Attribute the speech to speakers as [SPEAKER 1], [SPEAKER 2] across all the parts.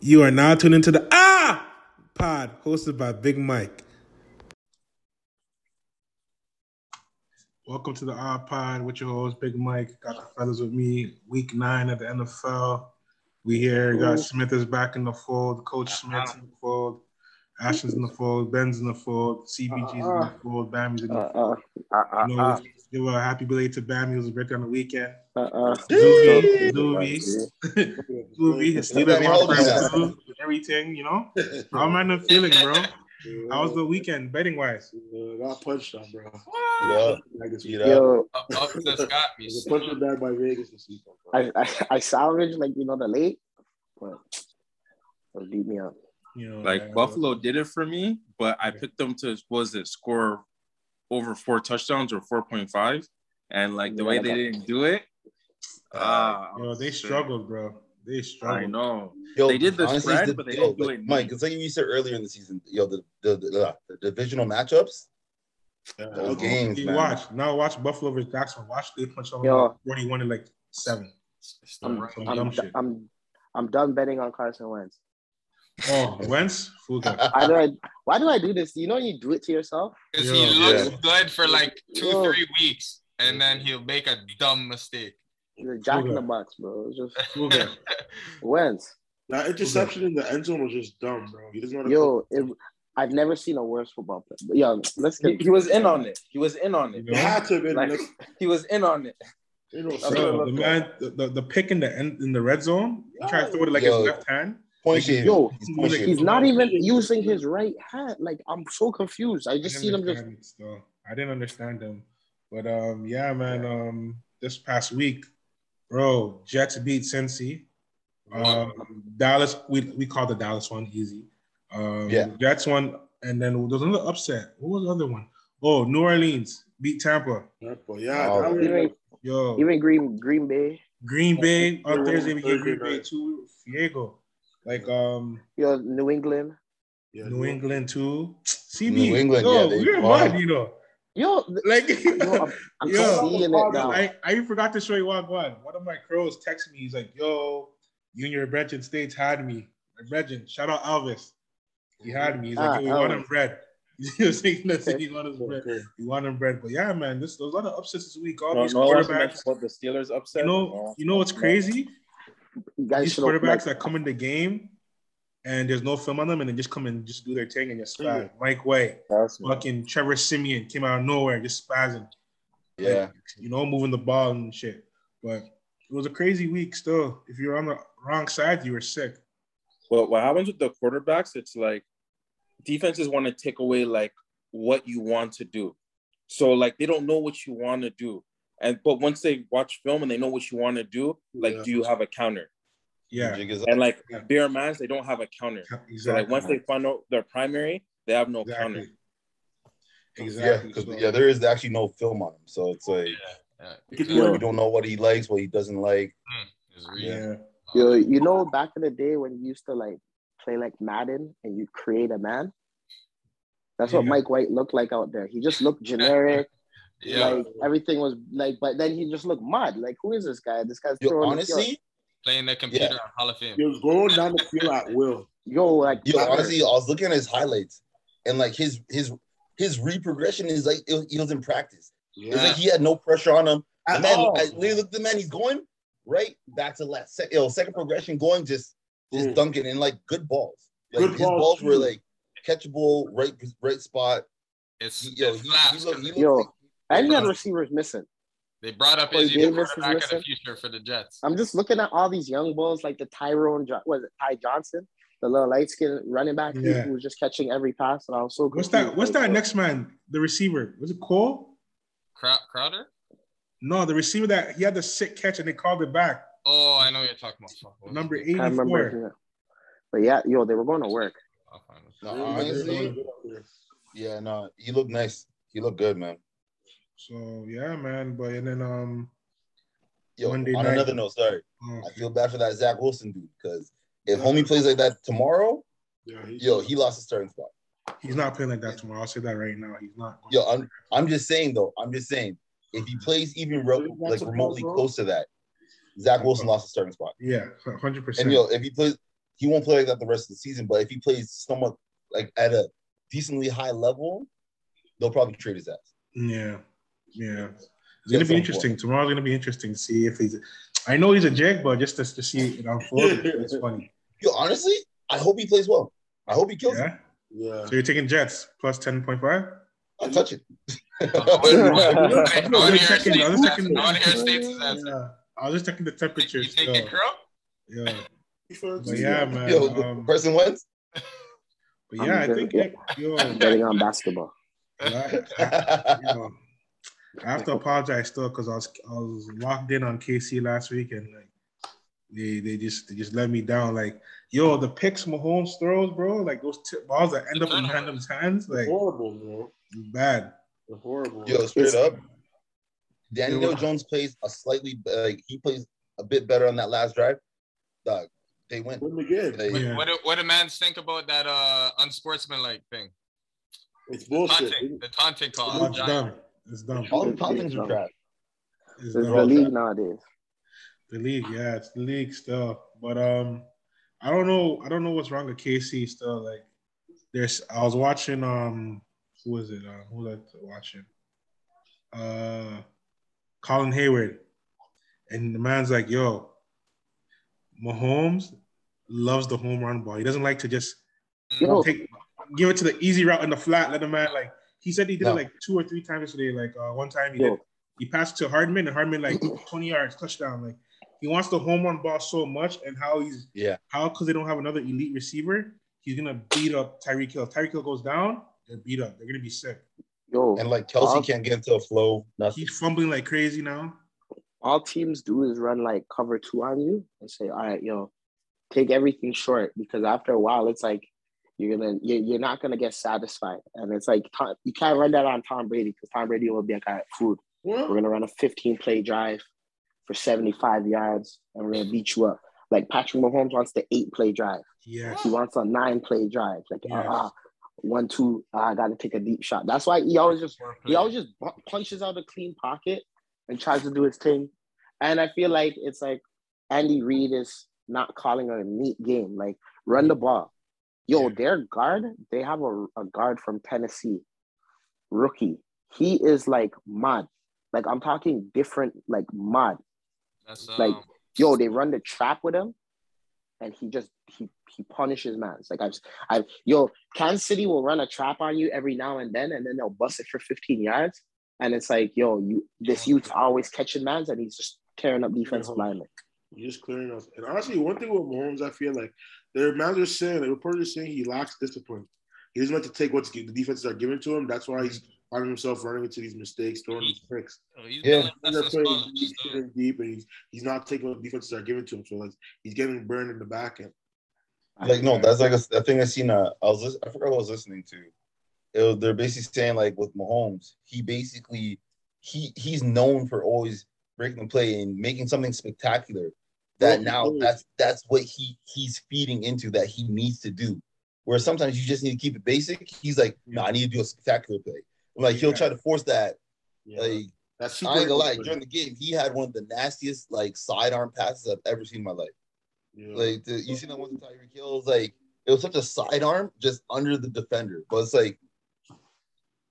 [SPEAKER 1] You are now tuned into the Ah Pod, hosted by Big Mike. Welcome to the Ah Pod with your host Big Mike. Got the fellas with me. Week nine of the NFL. We here got Smith is back in the fold. Coach Smith's in the fold. Ashton's in the fold. Ben's in the fold. CBG's in the fold. Bammy's in the fold.
[SPEAKER 2] Uh-uh. Uh-uh.
[SPEAKER 1] You know,
[SPEAKER 2] Uh-uh.
[SPEAKER 1] give a happy belated Bammy who's birthday on the weekend.
[SPEAKER 2] Uh-uh.
[SPEAKER 1] Zuby,
[SPEAKER 2] Yeah.
[SPEAKER 1] Zuby, Zuby,
[SPEAKER 2] Yeah.
[SPEAKER 1] it's still
[SPEAKER 3] Yeah. Yeah.
[SPEAKER 1] and everything, you know. I'm not feeling, bro. How was the weekend betting wise?
[SPEAKER 3] Uh, I punched him, bro.
[SPEAKER 4] Yeah,
[SPEAKER 3] Like it's-
[SPEAKER 4] you know,
[SPEAKER 2] Yo,
[SPEAKER 5] Up, up that's Uh, got me.
[SPEAKER 3] It's a punch him back by Vegas this weekend.
[SPEAKER 2] I,
[SPEAKER 3] Bro.
[SPEAKER 2] I I salvaged like you know the late, but it beat me up.
[SPEAKER 1] You know, uh,
[SPEAKER 5] Like Buffalo did it for me, but I picked them to what was it score over four touchdowns or four point five, and like the way they didn't do it,
[SPEAKER 6] Uh,
[SPEAKER 4] Um,
[SPEAKER 5] ah,
[SPEAKER 1] Yo, they struggled, bro. They
[SPEAKER 5] I
[SPEAKER 1] struggled.
[SPEAKER 5] know.
[SPEAKER 4] yo,
[SPEAKER 5] They did the
[SPEAKER 4] honestly,
[SPEAKER 5] spread,
[SPEAKER 4] the-
[SPEAKER 5] but they
[SPEAKER 4] yo,
[SPEAKER 5] didn't do
[SPEAKER 4] like,
[SPEAKER 5] it.
[SPEAKER 4] Mike, it's like you said earlier in the season. Yo, the the, the, the divisional matchups. Those
[SPEAKER 3] Okay.
[SPEAKER 4] games,
[SPEAKER 1] You
[SPEAKER 4] man.
[SPEAKER 1] watch now. Watch Buffalo versus Jackson. Watch they punch on
[SPEAKER 2] Yo.
[SPEAKER 1] like 41 and like seven.
[SPEAKER 2] I'm
[SPEAKER 1] Some dumb
[SPEAKER 2] I'm,
[SPEAKER 1] shit.
[SPEAKER 2] I'm I'm done betting on Carson Wentz.
[SPEAKER 1] Oh, Wentz, fool guy.
[SPEAKER 2] Why do I why do I do this? You know you do it to yourself.
[SPEAKER 7] Because
[SPEAKER 1] Yeah.
[SPEAKER 7] he looks
[SPEAKER 4] Yeah.
[SPEAKER 7] good for like two,
[SPEAKER 2] Yeah.
[SPEAKER 7] three weeks, and then he'll make a dumb mistake.
[SPEAKER 2] You're jack in
[SPEAKER 1] Okay.
[SPEAKER 2] the box, bro. It's just
[SPEAKER 1] Fool guy.
[SPEAKER 2] Wentz.
[SPEAKER 3] That interception in the end zone was just dumb, bro. He doesn't know. how to-
[SPEAKER 2] Yo, it, I've never seen a worse football player. Yo, let's
[SPEAKER 6] He,
[SPEAKER 2] get
[SPEAKER 6] he was in on it. He was in on
[SPEAKER 1] You
[SPEAKER 6] it.
[SPEAKER 3] it
[SPEAKER 1] know?
[SPEAKER 3] had to have been.
[SPEAKER 6] Like-
[SPEAKER 3] Like,
[SPEAKER 6] He was in on it.
[SPEAKER 3] you know,
[SPEAKER 6] That's what it
[SPEAKER 1] Yo,
[SPEAKER 3] so,
[SPEAKER 1] the
[SPEAKER 6] looked
[SPEAKER 1] man, the, the, the pick in the end in the red zone. He tried to throw it like
[SPEAKER 4] Yo.
[SPEAKER 1] his left hand.
[SPEAKER 4] Point shaving.
[SPEAKER 2] Yo,
[SPEAKER 4] he's point
[SPEAKER 1] he's
[SPEAKER 2] He's
[SPEAKER 4] shaving.
[SPEAKER 2] not even using his right hand. Like I'm so confused. I just
[SPEAKER 1] I
[SPEAKER 2] seen
[SPEAKER 1] didn't
[SPEAKER 2] him just
[SPEAKER 1] understand it still. I didn't understand them. But um, yeah, man. Um, this past week, bro, Jets beat Cincy. Um, Dallas, we we called the Dallas one easy. Um,
[SPEAKER 4] Yeah.
[SPEAKER 1] Jets one, and then there was another upset. What was the other one? Oh, New Orleans beat Tampa.
[SPEAKER 3] but yeah,
[SPEAKER 4] Oh.
[SPEAKER 3] that was,
[SPEAKER 2] even
[SPEAKER 1] Yo,
[SPEAKER 2] even Green Green Bay.
[SPEAKER 1] Green Bay on
[SPEAKER 3] Yeah.
[SPEAKER 1] Thursday we get
[SPEAKER 3] Thursday
[SPEAKER 1] Green Bay
[SPEAKER 3] night.
[SPEAKER 1] two. Fiego, like um,
[SPEAKER 2] Yo, New England.
[SPEAKER 3] yeah,
[SPEAKER 1] New England two. CB,
[SPEAKER 4] New England,
[SPEAKER 1] yo,
[SPEAKER 4] yeah, they-
[SPEAKER 1] we're mud, you know,
[SPEAKER 2] Yo, th-
[SPEAKER 1] like.
[SPEAKER 2] yo I'm, I'm
[SPEAKER 1] Yo.
[SPEAKER 2] seeing it now.
[SPEAKER 1] I, I even forgot to show you what one. One of my crows texted me. He's like, "Yo, you and your Brethren States had me. My Brethren, shout out Elvis. He had me. He's like,
[SPEAKER 2] Ah,
[SPEAKER 1] "Yo, we want
[SPEAKER 2] Elvis.
[SPEAKER 1] him bread. he was saying nothing. He want his bread.
[SPEAKER 3] Okay.
[SPEAKER 1] He want him bread. But yeah, man, this there's a lot of upsets this week. All
[SPEAKER 6] No,
[SPEAKER 1] these
[SPEAKER 6] no one's
[SPEAKER 1] quarterbacks.
[SPEAKER 6] mentioned what the Steelers upset. Oh,
[SPEAKER 1] You know, you know what's crazy?
[SPEAKER 2] You guys
[SPEAKER 1] These
[SPEAKER 2] should have
[SPEAKER 1] quarterbacks
[SPEAKER 2] like,
[SPEAKER 1] that come in the game. And there's no film on them, and they just come and just do their thing and just spaz.
[SPEAKER 3] Yeah.
[SPEAKER 1] Mike White,
[SPEAKER 6] That's me.
[SPEAKER 1] fucking Trevor Simeon came out of nowhere, just spazzing.
[SPEAKER 4] Yeah,
[SPEAKER 1] you know, moving the ball and shit. But it was a crazy week still. If you're on the wrong side, you were sick.
[SPEAKER 6] But what happens with the quarterbacks, it's like defenses want to take away like what you want to do. So like they don't know what you want to do. And but once they watch film and they know what you want to do, like
[SPEAKER 3] Yeah.
[SPEAKER 6] do you have a counter?
[SPEAKER 1] Yeah,
[SPEAKER 4] Jig is up.
[SPEAKER 6] And like
[SPEAKER 1] Yeah.
[SPEAKER 6] bare minds, they don't have a counter. So like once they find out their primary, they have no counter.
[SPEAKER 1] exactly.
[SPEAKER 4] yeah,
[SPEAKER 1] Exactly.
[SPEAKER 4] 'cause,
[SPEAKER 1] So,
[SPEAKER 4] yeah, there is actually no film on him, so it's like
[SPEAKER 7] Yeah.
[SPEAKER 4] you don't know what he likes, what he doesn't like.
[SPEAKER 7] His
[SPEAKER 1] yeah.
[SPEAKER 7] reason.
[SPEAKER 2] yo, you know, back in the day when you used to like play like Madden and you create a man. That's what
[SPEAKER 1] Yeah.
[SPEAKER 2] Mike White looked like out there. He just looked generic.
[SPEAKER 7] Yeah.
[SPEAKER 2] Like everything was like, but then he just looked mud. Like, who is this guy? This guy's
[SPEAKER 4] Yo,
[SPEAKER 2] throwing. this-
[SPEAKER 4] honestly,
[SPEAKER 7] Playing the computer on Hall of Fame.
[SPEAKER 3] He was going down the field at will.
[SPEAKER 2] yo, yo, like,
[SPEAKER 4] yo, honestly, I was looking at his highlights, and like his his his reprogression is like it, he was in practice. It's
[SPEAKER 7] Yeah.
[SPEAKER 4] like he had no pressure on him. The
[SPEAKER 3] At
[SPEAKER 4] man,
[SPEAKER 3] all.
[SPEAKER 4] I, when you look at the man, he's going right back to last. Se- yo, second progression, going just just
[SPEAKER 3] Mm.
[SPEAKER 4] dunking and like good balls. Like,
[SPEAKER 3] Good
[SPEAKER 4] his
[SPEAKER 3] balls,
[SPEAKER 4] balls, were
[SPEAKER 3] too.
[SPEAKER 4] like catchable, right right spot.
[SPEAKER 7] It's,
[SPEAKER 4] He-
[SPEAKER 7] it's
[SPEAKER 4] Yo, he, he
[SPEAKER 7] slaps.
[SPEAKER 4] looked, he looked
[SPEAKER 2] Yo.
[SPEAKER 4] like-
[SPEAKER 2] and he had receivers missing.
[SPEAKER 7] they brought up
[SPEAKER 2] Corey
[SPEAKER 7] his the
[SPEAKER 2] Davis is
[SPEAKER 7] quarterback of the
[SPEAKER 2] missing.
[SPEAKER 7] future for the Jets.
[SPEAKER 2] I'm just looking at all these young bulls, like the Tyrone, Jo- was it Ty Johnson, the little light skinned running back
[SPEAKER 1] Yeah.
[SPEAKER 2] who was just catching every pass, and I was so.
[SPEAKER 1] what's
[SPEAKER 2] confused.
[SPEAKER 1] that? What's
[SPEAKER 2] Like,
[SPEAKER 1] that
[SPEAKER 2] yo.
[SPEAKER 1] next man? The receiver was it Cole?
[SPEAKER 7] Crow- Crowder?
[SPEAKER 1] No, the receiver that he had the sick catch and they called it back.
[SPEAKER 7] Oh, I know what you're talking about. Fuck,
[SPEAKER 4] Oh,
[SPEAKER 7] what was
[SPEAKER 1] Number
[SPEAKER 7] it?
[SPEAKER 2] I remember.
[SPEAKER 1] 84.
[SPEAKER 2] yeah. But yeah, yo, they were going to work.
[SPEAKER 7] I'll find it.
[SPEAKER 4] No, honestly, yeah, no, he looked nice. He looked good, man.
[SPEAKER 1] So yeah, man. But and then um,
[SPEAKER 4] Yo,
[SPEAKER 1] Monday
[SPEAKER 4] on
[SPEAKER 1] night.
[SPEAKER 4] another note, sorry,
[SPEAKER 1] oh,
[SPEAKER 4] I feel bad for that Zach Wilson dude because if homie plays like that tomorrow,
[SPEAKER 3] Yeah, he,
[SPEAKER 4] yo, he lost his starting spot.
[SPEAKER 1] he's not playing like that tomorrow. I'll say that right now. He's not.
[SPEAKER 4] Yo, I'm I'm just saying though, I'm just saying if he plays even re- like remotely close to that, Zach Wilson lost his starting spot.
[SPEAKER 1] yeah, hundred percent.
[SPEAKER 4] And yo, if he plays he won't play like that the rest of the season. But if he plays somewhat like at a decently high level, they'll probably trade his ass.
[SPEAKER 1] Yeah, yeah. It's
[SPEAKER 4] Yeah,
[SPEAKER 1] gonna be
[SPEAKER 4] some
[SPEAKER 1] interesting. Tomorrow's gonna be interesting to see if he's. I know he's a jack, but just to, to see it unfold, it's funny.
[SPEAKER 4] Yo, honestly, I hope he plays well. I hope he kills it.
[SPEAKER 1] Yeah.
[SPEAKER 3] Yeah.
[SPEAKER 1] So you're taking Jets plus ten point five.
[SPEAKER 4] I'll touch it.
[SPEAKER 7] I
[SPEAKER 1] I
[SPEAKER 7] want
[SPEAKER 1] was
[SPEAKER 7] to hear
[SPEAKER 1] just checking. I was
[SPEAKER 7] States'
[SPEAKER 1] just checking.
[SPEAKER 7] answer. I want to hear States' answer.
[SPEAKER 1] Yeah. I was just checking the temperature.
[SPEAKER 7] You
[SPEAKER 1] still.
[SPEAKER 7] think it, Crow?
[SPEAKER 1] Yeah. But yeah,
[SPEAKER 3] Yeah.
[SPEAKER 1] man.
[SPEAKER 4] Yo,
[SPEAKER 1] um,
[SPEAKER 4] Carson Wentz.
[SPEAKER 1] but yeah, I
[SPEAKER 2] I'm
[SPEAKER 1] think
[SPEAKER 2] good.
[SPEAKER 1] yo,
[SPEAKER 2] I'm betting on basketball.
[SPEAKER 1] I, I- you know, I have to apologize still because I was I was locked in on KC last week and like they they just they just let me down. Like yo, the picks Mahomes throws, bro, like those tip balls that end up in random's hands, like
[SPEAKER 3] Horrible, bro.
[SPEAKER 1] bad.
[SPEAKER 3] They're Horrible.
[SPEAKER 4] Yo, straight up. Daniel
[SPEAKER 1] Yo.
[SPEAKER 4] Jones plays a slightly like he plays a bit better on that last drive. Dog, they win.
[SPEAKER 3] Win the game.
[SPEAKER 4] They-
[SPEAKER 7] What,
[SPEAKER 1] Yeah.
[SPEAKER 7] what, do, what do mans think about that uh, unsportsmanlike thing?
[SPEAKER 3] It's
[SPEAKER 7] The
[SPEAKER 3] bullshit.
[SPEAKER 7] taunting, the taunting call. on
[SPEAKER 1] It's
[SPEAKER 7] Giants.
[SPEAKER 1] dumb. It's dumb.
[SPEAKER 4] all the Falcons are trash.
[SPEAKER 1] It's
[SPEAKER 2] This is
[SPEAKER 1] dumb.
[SPEAKER 2] the league nowadays.
[SPEAKER 1] The league, yeah, it's the league still. But um, I don't know. I don't know what's wrong with KC still. Like, there's. I was watching. Um, who was it? Uh, who was I watching? Uh, Colin Hayward, and the man's like, "Yo, Mahomes loves the home run ball. He doesn't like to just
[SPEAKER 7] Mm,
[SPEAKER 2] Yo,
[SPEAKER 1] take, give it to the easy route in the flat. Let the man like." He said he did
[SPEAKER 4] No.
[SPEAKER 1] it like two or three times today. Like uh, one time he
[SPEAKER 2] Yo.
[SPEAKER 1] did he passed to Hardman, and Hardman like 20 yards, touchdown. Like he wants the home run ball so much, and how he's
[SPEAKER 4] Yeah.
[SPEAKER 1] how because they don't have another elite receiver, he's gonna beat up Tyreek Hill. Tyreek Hill goes down, they're beat up. They're gonna be sick.
[SPEAKER 2] yo,
[SPEAKER 4] And like Kelsey
[SPEAKER 2] Huh?
[SPEAKER 4] can't get into a flow. Nothing.
[SPEAKER 1] He's fumbling like crazy now.
[SPEAKER 2] all teams do is run like cover two on you and say, all right, yo, take everything short because after a while, it's like you're gonna you- you're not gonna get satisfied, and it's like Tom, you can't run that on Tom Brady because Tom Brady will be like, all right, food, we're
[SPEAKER 3] What?
[SPEAKER 2] gonna run a 15 play drive for 75 yards, and we're gonna beat you up. Like Patrick Mahomes wants the eight play drive.
[SPEAKER 1] Yeah,
[SPEAKER 2] He wants a nine play drive. Like
[SPEAKER 1] Yeah.
[SPEAKER 2] uh, uh, one two, uh, I gotta take a deep shot. That's why he always just he
[SPEAKER 7] Foreplay.
[SPEAKER 2] always just bu- punches out a clean pocket and tries to do his thing. And I feel like it's like Andy Reid is not calling a neat game. Like run the ball. Yo,
[SPEAKER 1] Yeah.
[SPEAKER 2] their guard, they have a, a guard from Tennessee, rookie. He is like mud. Like I'm talking different, like mud.
[SPEAKER 7] That's,
[SPEAKER 2] like,
[SPEAKER 7] um,
[SPEAKER 2] Yo, they run the trap with him, and he just he he punishes mans. Like I've I've yo, Kansas City will run a trap on you every now and then, and then they'll bust it for 15 yards. And it's like, yo, you this youth's always catching mans, and he's just tearing up defensive linemen.
[SPEAKER 3] You're just clearing up. And honestly, one thing with Mahomes, I feel like the managers saying, the reporters saying he lacks discipline. He doesn't like to take what the defenses are giving to him. That's why he's finding himself running into these mistakes, throwing these picks.
[SPEAKER 7] oh, he's
[SPEAKER 4] Yeah.
[SPEAKER 7] been like
[SPEAKER 3] They're
[SPEAKER 7] that since
[SPEAKER 3] playing
[SPEAKER 7] college,
[SPEAKER 3] deep,
[SPEAKER 7] so-
[SPEAKER 3] shooting deep, and he's, he's not taking what the defenses are giving to him. So like he's getting burned in the back end.
[SPEAKER 4] Like no, that's like a, a thing I seen. Uh, I was lis- I forgot what I was listening to. It was, they're basically saying like with Mahomes, he basically he he's known for always breaking the play and making something spectacular. That
[SPEAKER 3] Yeah,
[SPEAKER 4] now
[SPEAKER 3] he is.
[SPEAKER 4] that's that's what he he's feeding into that he needs to do. Where sometimes you just need to keep it basic. He's like, no, I need to do a spectacular play. Like he'll
[SPEAKER 1] Yeah.
[SPEAKER 4] try to force that.
[SPEAKER 3] Yeah.
[SPEAKER 4] Like
[SPEAKER 3] that's
[SPEAKER 4] I ain't gonna lie, during the game, he had one of the nastiest like sidearm passes I've ever seen in my life.
[SPEAKER 3] Yeah.
[SPEAKER 4] Like the, you seen that one with Tyreek Hill? It was like it was such a sidearm just under the defender. But it's like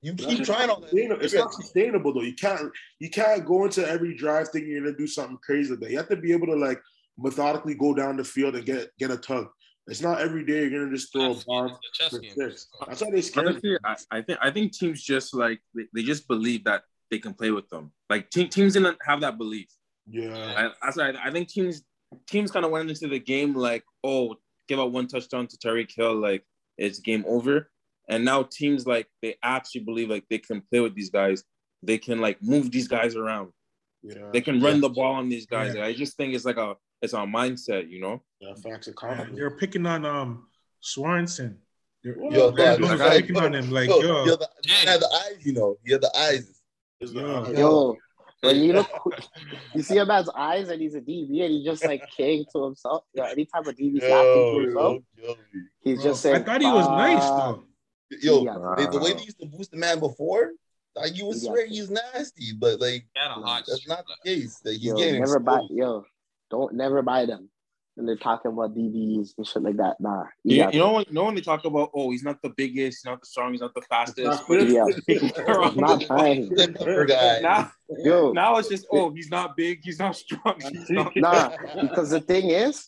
[SPEAKER 4] you
[SPEAKER 3] That's
[SPEAKER 4] keep
[SPEAKER 3] just
[SPEAKER 4] trying all that.
[SPEAKER 3] sustainable. It's not sustainable though. You can't you can't go into every drive thinking you're gonna do something crazy like that. You have to be able to like methodically go down the field and get get a tug. It's not every day you're gonna just throw a
[SPEAKER 7] Chess game,
[SPEAKER 3] bomb
[SPEAKER 7] it's a chess
[SPEAKER 3] for
[SPEAKER 7] game.
[SPEAKER 3] six. That's why they scared. me.
[SPEAKER 6] Honestly, I, I think I think teams just like they, they just believe that they can play with them. Like te- teams didn't have that belief.
[SPEAKER 3] Yeah,
[SPEAKER 6] I, I, sorry, I think teams teams kind of went into the game like, oh, give out one touchdown to Terry Hill, like it's game over. And now teams like they actually believe like they can play with these guys. They can like move these guys around.
[SPEAKER 3] yeah.
[SPEAKER 6] They can run the ball on these guys.
[SPEAKER 1] Yeah.
[SPEAKER 6] Like, I just think it's like a it's a mindset, you know.
[SPEAKER 3] yeah facts are
[SPEAKER 1] yeah,
[SPEAKER 3] confident.
[SPEAKER 1] they're picking on um Swanson. They're,
[SPEAKER 4] Yo,
[SPEAKER 1] they're
[SPEAKER 4] dog,
[SPEAKER 1] doing-
[SPEAKER 4] the
[SPEAKER 1] they're
[SPEAKER 4] eyes-
[SPEAKER 1] picking on him like
[SPEAKER 4] yo,
[SPEAKER 1] yo.
[SPEAKER 4] you're the, you have the eyes, you know. You have the eyes.
[SPEAKER 3] It's
[SPEAKER 1] Yeah.
[SPEAKER 3] the-
[SPEAKER 2] Yo, when you look, you see a man's eyes, and he's a DB, and he's just like king to himself. Yo, any type of DB's laughing to himself,
[SPEAKER 4] Yo, yo,
[SPEAKER 2] he's
[SPEAKER 1] Bro,
[SPEAKER 2] just saying.
[SPEAKER 1] I thought he was nice
[SPEAKER 2] "Fuck."
[SPEAKER 1] though.
[SPEAKER 4] yo,
[SPEAKER 2] Yeah,
[SPEAKER 4] they- the way
[SPEAKER 2] bro.
[SPEAKER 4] they used to boost the man before, like you would
[SPEAKER 2] Yeah.
[SPEAKER 4] swear he's nasty, but like
[SPEAKER 7] He had a hot
[SPEAKER 4] that's
[SPEAKER 7] streak
[SPEAKER 4] not
[SPEAKER 7] left.
[SPEAKER 4] the case. That he's
[SPEAKER 2] Yo,
[SPEAKER 4] getting
[SPEAKER 2] never buy.
[SPEAKER 4] exposed.
[SPEAKER 2] Yo, don't never buy them. and they're talking about DBs and shit like that. Nah,
[SPEAKER 6] You,
[SPEAKER 2] yeah,
[SPEAKER 6] you know, when- you know when they talk about, oh, he's not the biggest, he's not the strongest, he's not the fastest.
[SPEAKER 2] yeah,
[SPEAKER 6] Bro,
[SPEAKER 2] not trying.
[SPEAKER 4] The number guy.
[SPEAKER 6] now,
[SPEAKER 2] Yo,
[SPEAKER 6] now it's just, oh, he's not big, he's not strong. He's not...
[SPEAKER 2] nah, because the thing is,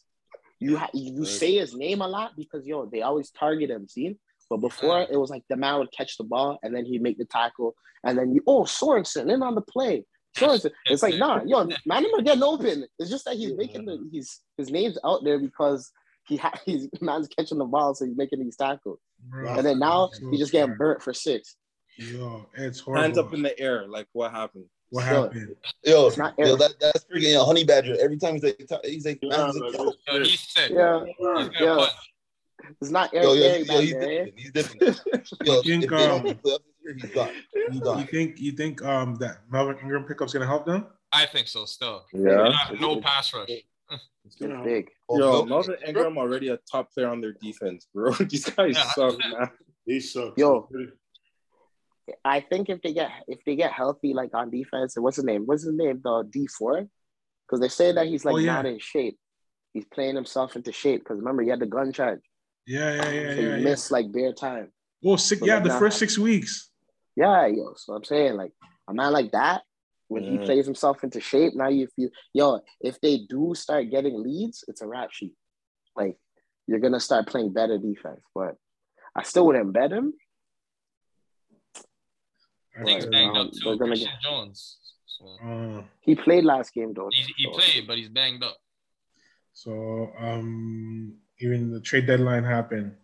[SPEAKER 2] you ha- you say his name a lot because yo, they always target him. See, but before it was like the man would catch the ball and then he'd make the tackle and then you oh Sorensen in on the play. Sorensen, it's like nah, yo, man, him are getting open. It's just that he's making the he's his name's out there because he ha- he's man's catching the ball, so he's making these tackles.
[SPEAKER 1] Bro,
[SPEAKER 2] And then now
[SPEAKER 1] so
[SPEAKER 2] he's just getting
[SPEAKER 1] trash.
[SPEAKER 2] burnt for six.
[SPEAKER 1] Yo, it's horrible.
[SPEAKER 6] Hands up in the air, like what happened?
[SPEAKER 1] what
[SPEAKER 2] Yo,
[SPEAKER 1] happened?
[SPEAKER 4] Yo,
[SPEAKER 2] It's not
[SPEAKER 4] yo
[SPEAKER 2] Eric.
[SPEAKER 4] that, that's freaking a honey badger. Every time he's like, he's like,
[SPEAKER 3] Yeah,
[SPEAKER 4] man, he's like,
[SPEAKER 3] like,
[SPEAKER 4] yo,
[SPEAKER 7] Yo, he's sick.
[SPEAKER 2] Yeah,
[SPEAKER 7] He's gonna
[SPEAKER 2] yeah.
[SPEAKER 7] punch.
[SPEAKER 2] It's not Eric
[SPEAKER 4] yo, yo,
[SPEAKER 2] Berry
[SPEAKER 4] yo,
[SPEAKER 2] back
[SPEAKER 4] he's
[SPEAKER 2] there, eh?
[SPEAKER 4] different. He's different. Yo,
[SPEAKER 1] I think,
[SPEAKER 4] if they don't
[SPEAKER 1] um,
[SPEAKER 4] make playoffs this year, he's done. He's
[SPEAKER 1] You
[SPEAKER 4] done.
[SPEAKER 1] think you think um that Melvin Ingram pickup's gonna help them?
[SPEAKER 7] I think so. Still,
[SPEAKER 6] Yeah.
[SPEAKER 7] Not- no pass rush.
[SPEAKER 2] It's big.
[SPEAKER 4] Oh,
[SPEAKER 6] Yo,
[SPEAKER 4] Mel-
[SPEAKER 6] Melvin Ingram already a top player on their defense, bro. These guys
[SPEAKER 7] Yeah.
[SPEAKER 6] suck, man.
[SPEAKER 3] He sucks.
[SPEAKER 2] Yo. I think if they get if they get healthy, like on defense, and what's his name? What's his name? The D four, because they say that he's like
[SPEAKER 1] Oh, yeah.
[SPEAKER 2] not in shape. He's playing himself into shape because remember he had the gun charge,
[SPEAKER 1] Yeah, yeah, yeah,
[SPEAKER 2] so
[SPEAKER 1] yeah.
[SPEAKER 2] he
[SPEAKER 1] yeah.
[SPEAKER 2] missed like bare time.
[SPEAKER 1] Well, six,
[SPEAKER 2] So
[SPEAKER 1] yeah,
[SPEAKER 2] like
[SPEAKER 1] the
[SPEAKER 2] now-
[SPEAKER 1] first six weeks.
[SPEAKER 2] Yeah, yo. So I'm saying like a man like that when he
[SPEAKER 6] Mm.
[SPEAKER 2] plays himself into shape. Now you feel yo. If they do start getting leads, it's a rap sheet. Like you're gonna start playing better defense, but I still wouldn't bet him.
[SPEAKER 7] Things
[SPEAKER 2] Right.
[SPEAKER 7] banged
[SPEAKER 2] Um,
[SPEAKER 7] up too.
[SPEAKER 2] they're gonna
[SPEAKER 7] Christian
[SPEAKER 2] get-
[SPEAKER 7] Jones. So,
[SPEAKER 1] Um,
[SPEAKER 2] He played last game though.
[SPEAKER 7] he, he
[SPEAKER 2] so-
[SPEAKER 7] played, but he's banged up.
[SPEAKER 1] so um, even the trade deadline happened.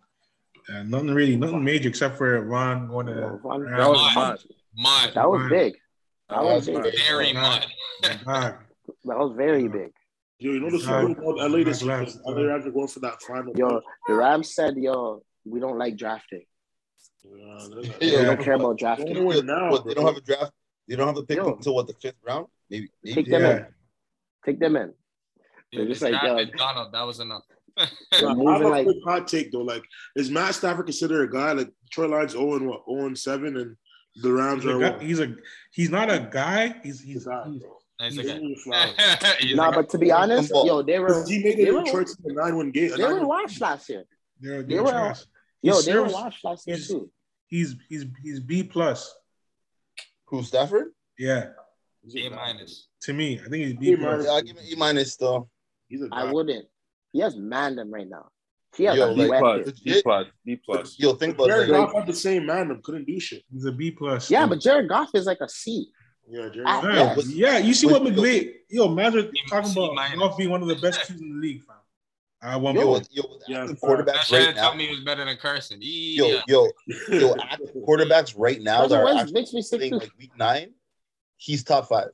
[SPEAKER 1] Uh, nothing really, nothing major except for Ron going
[SPEAKER 2] Well,
[SPEAKER 1] to
[SPEAKER 2] Von-
[SPEAKER 1] That
[SPEAKER 6] That was
[SPEAKER 7] Mine.
[SPEAKER 6] mad.
[SPEAKER 7] Mud,
[SPEAKER 2] That was
[SPEAKER 1] Mine.
[SPEAKER 2] big.
[SPEAKER 6] That
[SPEAKER 2] That
[SPEAKER 6] was
[SPEAKER 2] was
[SPEAKER 4] that's
[SPEAKER 2] big.
[SPEAKER 4] crazy.
[SPEAKER 7] very mud.
[SPEAKER 1] God. God.
[SPEAKER 2] That was very
[SPEAKER 1] Yeah.
[SPEAKER 2] big.
[SPEAKER 3] Yo, you know the
[SPEAKER 1] Exactly.
[SPEAKER 3] thing about LA this year,
[SPEAKER 1] Exactly.
[SPEAKER 3] LA Rams are going for that final.
[SPEAKER 2] Yo, the Rams said, yo, we don't like drafting.
[SPEAKER 3] Yeah, they're-
[SPEAKER 4] Yeah.
[SPEAKER 2] We don't care about
[SPEAKER 3] Don't
[SPEAKER 2] drafting.
[SPEAKER 3] know it now,
[SPEAKER 4] What, they don't
[SPEAKER 3] bro.
[SPEAKER 4] have a draft. They don't have a pick
[SPEAKER 2] Yo.
[SPEAKER 4] until what the fifth round? Maybe. maybe
[SPEAKER 2] Take them
[SPEAKER 1] Yeah.
[SPEAKER 2] in. Take them in.
[SPEAKER 7] Yeah,
[SPEAKER 2] just
[SPEAKER 7] they
[SPEAKER 2] like,
[SPEAKER 7] drafted
[SPEAKER 2] yo.
[SPEAKER 7] Donald. That was enough.
[SPEAKER 3] Yeah,
[SPEAKER 2] They're
[SPEAKER 3] I have
[SPEAKER 2] moving
[SPEAKER 3] a
[SPEAKER 2] like,
[SPEAKER 3] quick hot take though. Like, is Matt Stafford considered a guy like Troy Lyons 0 and what 0 and 7 and the Rams
[SPEAKER 1] He's a,
[SPEAKER 3] are
[SPEAKER 1] guy,
[SPEAKER 3] what?
[SPEAKER 1] he's a he's not a guy. He's he's,
[SPEAKER 3] He's not,
[SPEAKER 1] he's
[SPEAKER 3] bro.
[SPEAKER 7] Nice
[SPEAKER 3] He's
[SPEAKER 7] again.
[SPEAKER 3] really flawed.
[SPEAKER 7] He's
[SPEAKER 2] nah,
[SPEAKER 7] like,
[SPEAKER 2] but to be honest,
[SPEAKER 4] Football.
[SPEAKER 2] yo, they were,
[SPEAKER 3] Because he made
[SPEAKER 2] they
[SPEAKER 3] it
[SPEAKER 2] were,
[SPEAKER 3] in Detroit to the 9 1 game. a
[SPEAKER 2] they were
[SPEAKER 3] 9-1
[SPEAKER 2] washed last year.
[SPEAKER 1] they're,
[SPEAKER 2] They
[SPEAKER 1] they're
[SPEAKER 2] were-
[SPEAKER 1] trash.
[SPEAKER 2] Yo,
[SPEAKER 1] He's
[SPEAKER 2] they were
[SPEAKER 1] serious-
[SPEAKER 2] washed last year
[SPEAKER 1] he's-
[SPEAKER 2] too.
[SPEAKER 1] He's he's he's B plus.
[SPEAKER 4] Who Stafford?
[SPEAKER 1] Yeah,
[SPEAKER 3] He's
[SPEAKER 7] A
[SPEAKER 3] a bad-
[SPEAKER 7] minus.
[SPEAKER 1] to me, I think he's B
[SPEAKER 3] Hey, man.
[SPEAKER 1] plus.
[SPEAKER 4] Yeah, I give him E minus though.
[SPEAKER 3] He's a
[SPEAKER 2] I
[SPEAKER 3] bad.
[SPEAKER 2] wouldn't. He has man them right now. He has
[SPEAKER 4] Yo,
[SPEAKER 2] a
[SPEAKER 4] like-
[SPEAKER 6] B plus,
[SPEAKER 2] weapon.
[SPEAKER 6] B plus, B plus.
[SPEAKER 4] Yo, think about
[SPEAKER 3] Jared
[SPEAKER 4] that.
[SPEAKER 3] Goff had the same man and couldn't do shit.
[SPEAKER 1] He's a B plus.
[SPEAKER 2] Yeah, but Jared Goff is like a C.
[SPEAKER 3] Yeah, Jared
[SPEAKER 2] I-
[SPEAKER 3] Goff.
[SPEAKER 1] Yeah,
[SPEAKER 4] Yes.
[SPEAKER 1] yeah, you see what
[SPEAKER 4] But-
[SPEAKER 1] McVay, yo, Magic talking
[SPEAKER 7] C
[SPEAKER 1] about
[SPEAKER 7] minus.
[SPEAKER 1] Goff being one of the best teams in the league, fam. I one
[SPEAKER 4] Yo,
[SPEAKER 1] point.
[SPEAKER 4] with- yo, with
[SPEAKER 3] Yeah,
[SPEAKER 4] active
[SPEAKER 3] fuck.
[SPEAKER 7] that
[SPEAKER 4] quarterbacks
[SPEAKER 7] shit
[SPEAKER 4] right
[SPEAKER 7] tell
[SPEAKER 4] now.
[SPEAKER 7] me he was better than Carson.
[SPEAKER 4] Yo,
[SPEAKER 7] Yeah.
[SPEAKER 4] yo, yo, active quarterbacks right now that
[SPEAKER 2] Carson
[SPEAKER 4] are
[SPEAKER 2] Wentz
[SPEAKER 4] actually
[SPEAKER 2] makes me sick
[SPEAKER 4] playing
[SPEAKER 2] too.
[SPEAKER 4] like week nine. He's top five.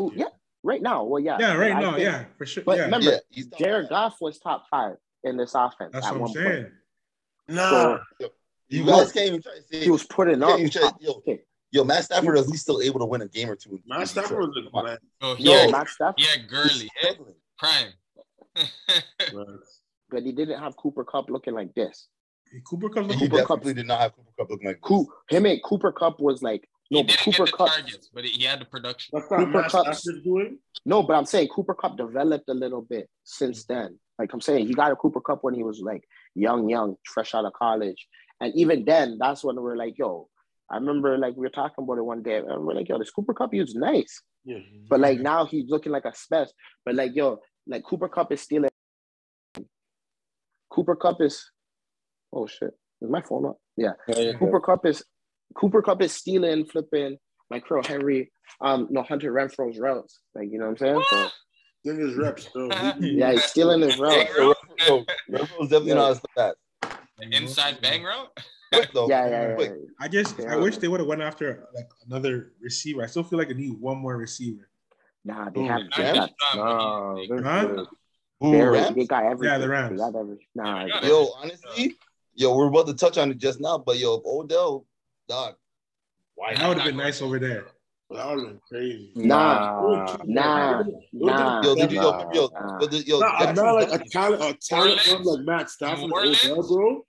[SPEAKER 2] Ooh, yeah, right now. Well, yeah.
[SPEAKER 1] Yeah, right
[SPEAKER 2] I
[SPEAKER 1] now,
[SPEAKER 2] think
[SPEAKER 1] yeah, for sure.
[SPEAKER 2] But
[SPEAKER 1] yeah,
[SPEAKER 2] remember-
[SPEAKER 4] Yeah, he's top
[SPEAKER 2] Jared
[SPEAKER 4] five.
[SPEAKER 2] Goff was top five in this offense
[SPEAKER 1] that's
[SPEAKER 2] at
[SPEAKER 1] what I'm
[SPEAKER 2] one
[SPEAKER 1] saying.
[SPEAKER 2] point.
[SPEAKER 3] Nah,
[SPEAKER 4] You
[SPEAKER 2] No.
[SPEAKER 4] guys can't even try to say
[SPEAKER 2] He was putting
[SPEAKER 4] Yeah,
[SPEAKER 2] up.
[SPEAKER 4] you should-
[SPEAKER 2] top
[SPEAKER 4] yo.
[SPEAKER 2] pick.
[SPEAKER 4] Yo, Matt Stafford at least still able to win a game or two.
[SPEAKER 3] Matt Stafford was a
[SPEAKER 4] Come on.
[SPEAKER 3] man.
[SPEAKER 7] So he,
[SPEAKER 4] Yo.
[SPEAKER 2] Yeah,
[SPEAKER 7] had,
[SPEAKER 2] Matt Stafford,
[SPEAKER 7] he had Gurley. eh? Prime.
[SPEAKER 3] bro.
[SPEAKER 2] but he didn't have Cooper Cup looking like this.
[SPEAKER 1] Cooper Cup's
[SPEAKER 4] He
[SPEAKER 1] looking
[SPEAKER 2] Cooper Cup-
[SPEAKER 4] definitely did not have Cooper Cup looking like
[SPEAKER 2] Coop, him and Cooper Cup was like
[SPEAKER 7] he
[SPEAKER 2] no but
[SPEAKER 7] didn't
[SPEAKER 2] Cooper
[SPEAKER 7] get the
[SPEAKER 2] Cup.
[SPEAKER 7] targets, but he had the production.
[SPEAKER 3] That's not
[SPEAKER 2] Cooper
[SPEAKER 3] Matt
[SPEAKER 2] Cups.
[SPEAKER 3] Stafford doing.
[SPEAKER 2] No, but I'm saying Cooper Cup developed a little bit since then. Like I'm saying, he got a Cooper Cup when he was like young, young, fresh out of college, and even then, that's when we were like, yo. I remember like we were talking about it one day, and we're like, yo, this Cooper Cup he was nice.
[SPEAKER 3] Yeah.
[SPEAKER 2] But like now he's looking like a spec. But like yo, like Cooper Cup is stealing. Cooper Cup is oh shit. Is my phone up? Yeah. Cooper Cup is Cooper Cup is stealing, flipping like Carl Henry, um, no Hunter Renfro's routes. Like, you know what I'm saying? So,
[SPEAKER 3] Then his reps, though.
[SPEAKER 2] yeah, he's stealing his routes.
[SPEAKER 7] Oh,
[SPEAKER 4] Yo, yo, Renfro's definitely
[SPEAKER 2] Yeah.
[SPEAKER 4] not as fast.
[SPEAKER 7] The inside bang route?
[SPEAKER 4] Quick though.
[SPEAKER 2] Yeah, yeah, yeah.
[SPEAKER 4] Quick.
[SPEAKER 2] yeah.
[SPEAKER 1] I just I
[SPEAKER 2] Yeah.
[SPEAKER 1] wish they would have went after like another receiver. I still feel like I need one more receiver.
[SPEAKER 2] Nah, they
[SPEAKER 4] Ooh,
[SPEAKER 2] have they
[SPEAKER 4] yeah?
[SPEAKER 2] got,
[SPEAKER 7] um,
[SPEAKER 6] Nah, they're
[SPEAKER 1] Huh?
[SPEAKER 6] good.
[SPEAKER 4] Who,
[SPEAKER 2] they're,
[SPEAKER 4] Rams?
[SPEAKER 2] they got everything.
[SPEAKER 1] Yeah, the Rams.
[SPEAKER 2] They got everything. Nah,
[SPEAKER 7] Yeah, they got
[SPEAKER 4] Yo, honestly, yo, we're about to touch on it just now, but yo, Odell, dog, why
[SPEAKER 1] That
[SPEAKER 4] not?
[SPEAKER 1] would have been nice over there.
[SPEAKER 3] That would have been crazy.
[SPEAKER 2] Nah. nah, nah.
[SPEAKER 4] Yo, did you yo,
[SPEAKER 6] Nah,
[SPEAKER 4] remember, yo,
[SPEAKER 2] nah.
[SPEAKER 4] yo, the- yo,
[SPEAKER 3] Nah, I'm
[SPEAKER 4] Jackson
[SPEAKER 3] not like a
[SPEAKER 4] Dunk-
[SPEAKER 3] talent, a talent
[SPEAKER 7] Orleans?
[SPEAKER 3] like Matt Stafford,
[SPEAKER 7] New Orleans?
[SPEAKER 3] Odell, bro.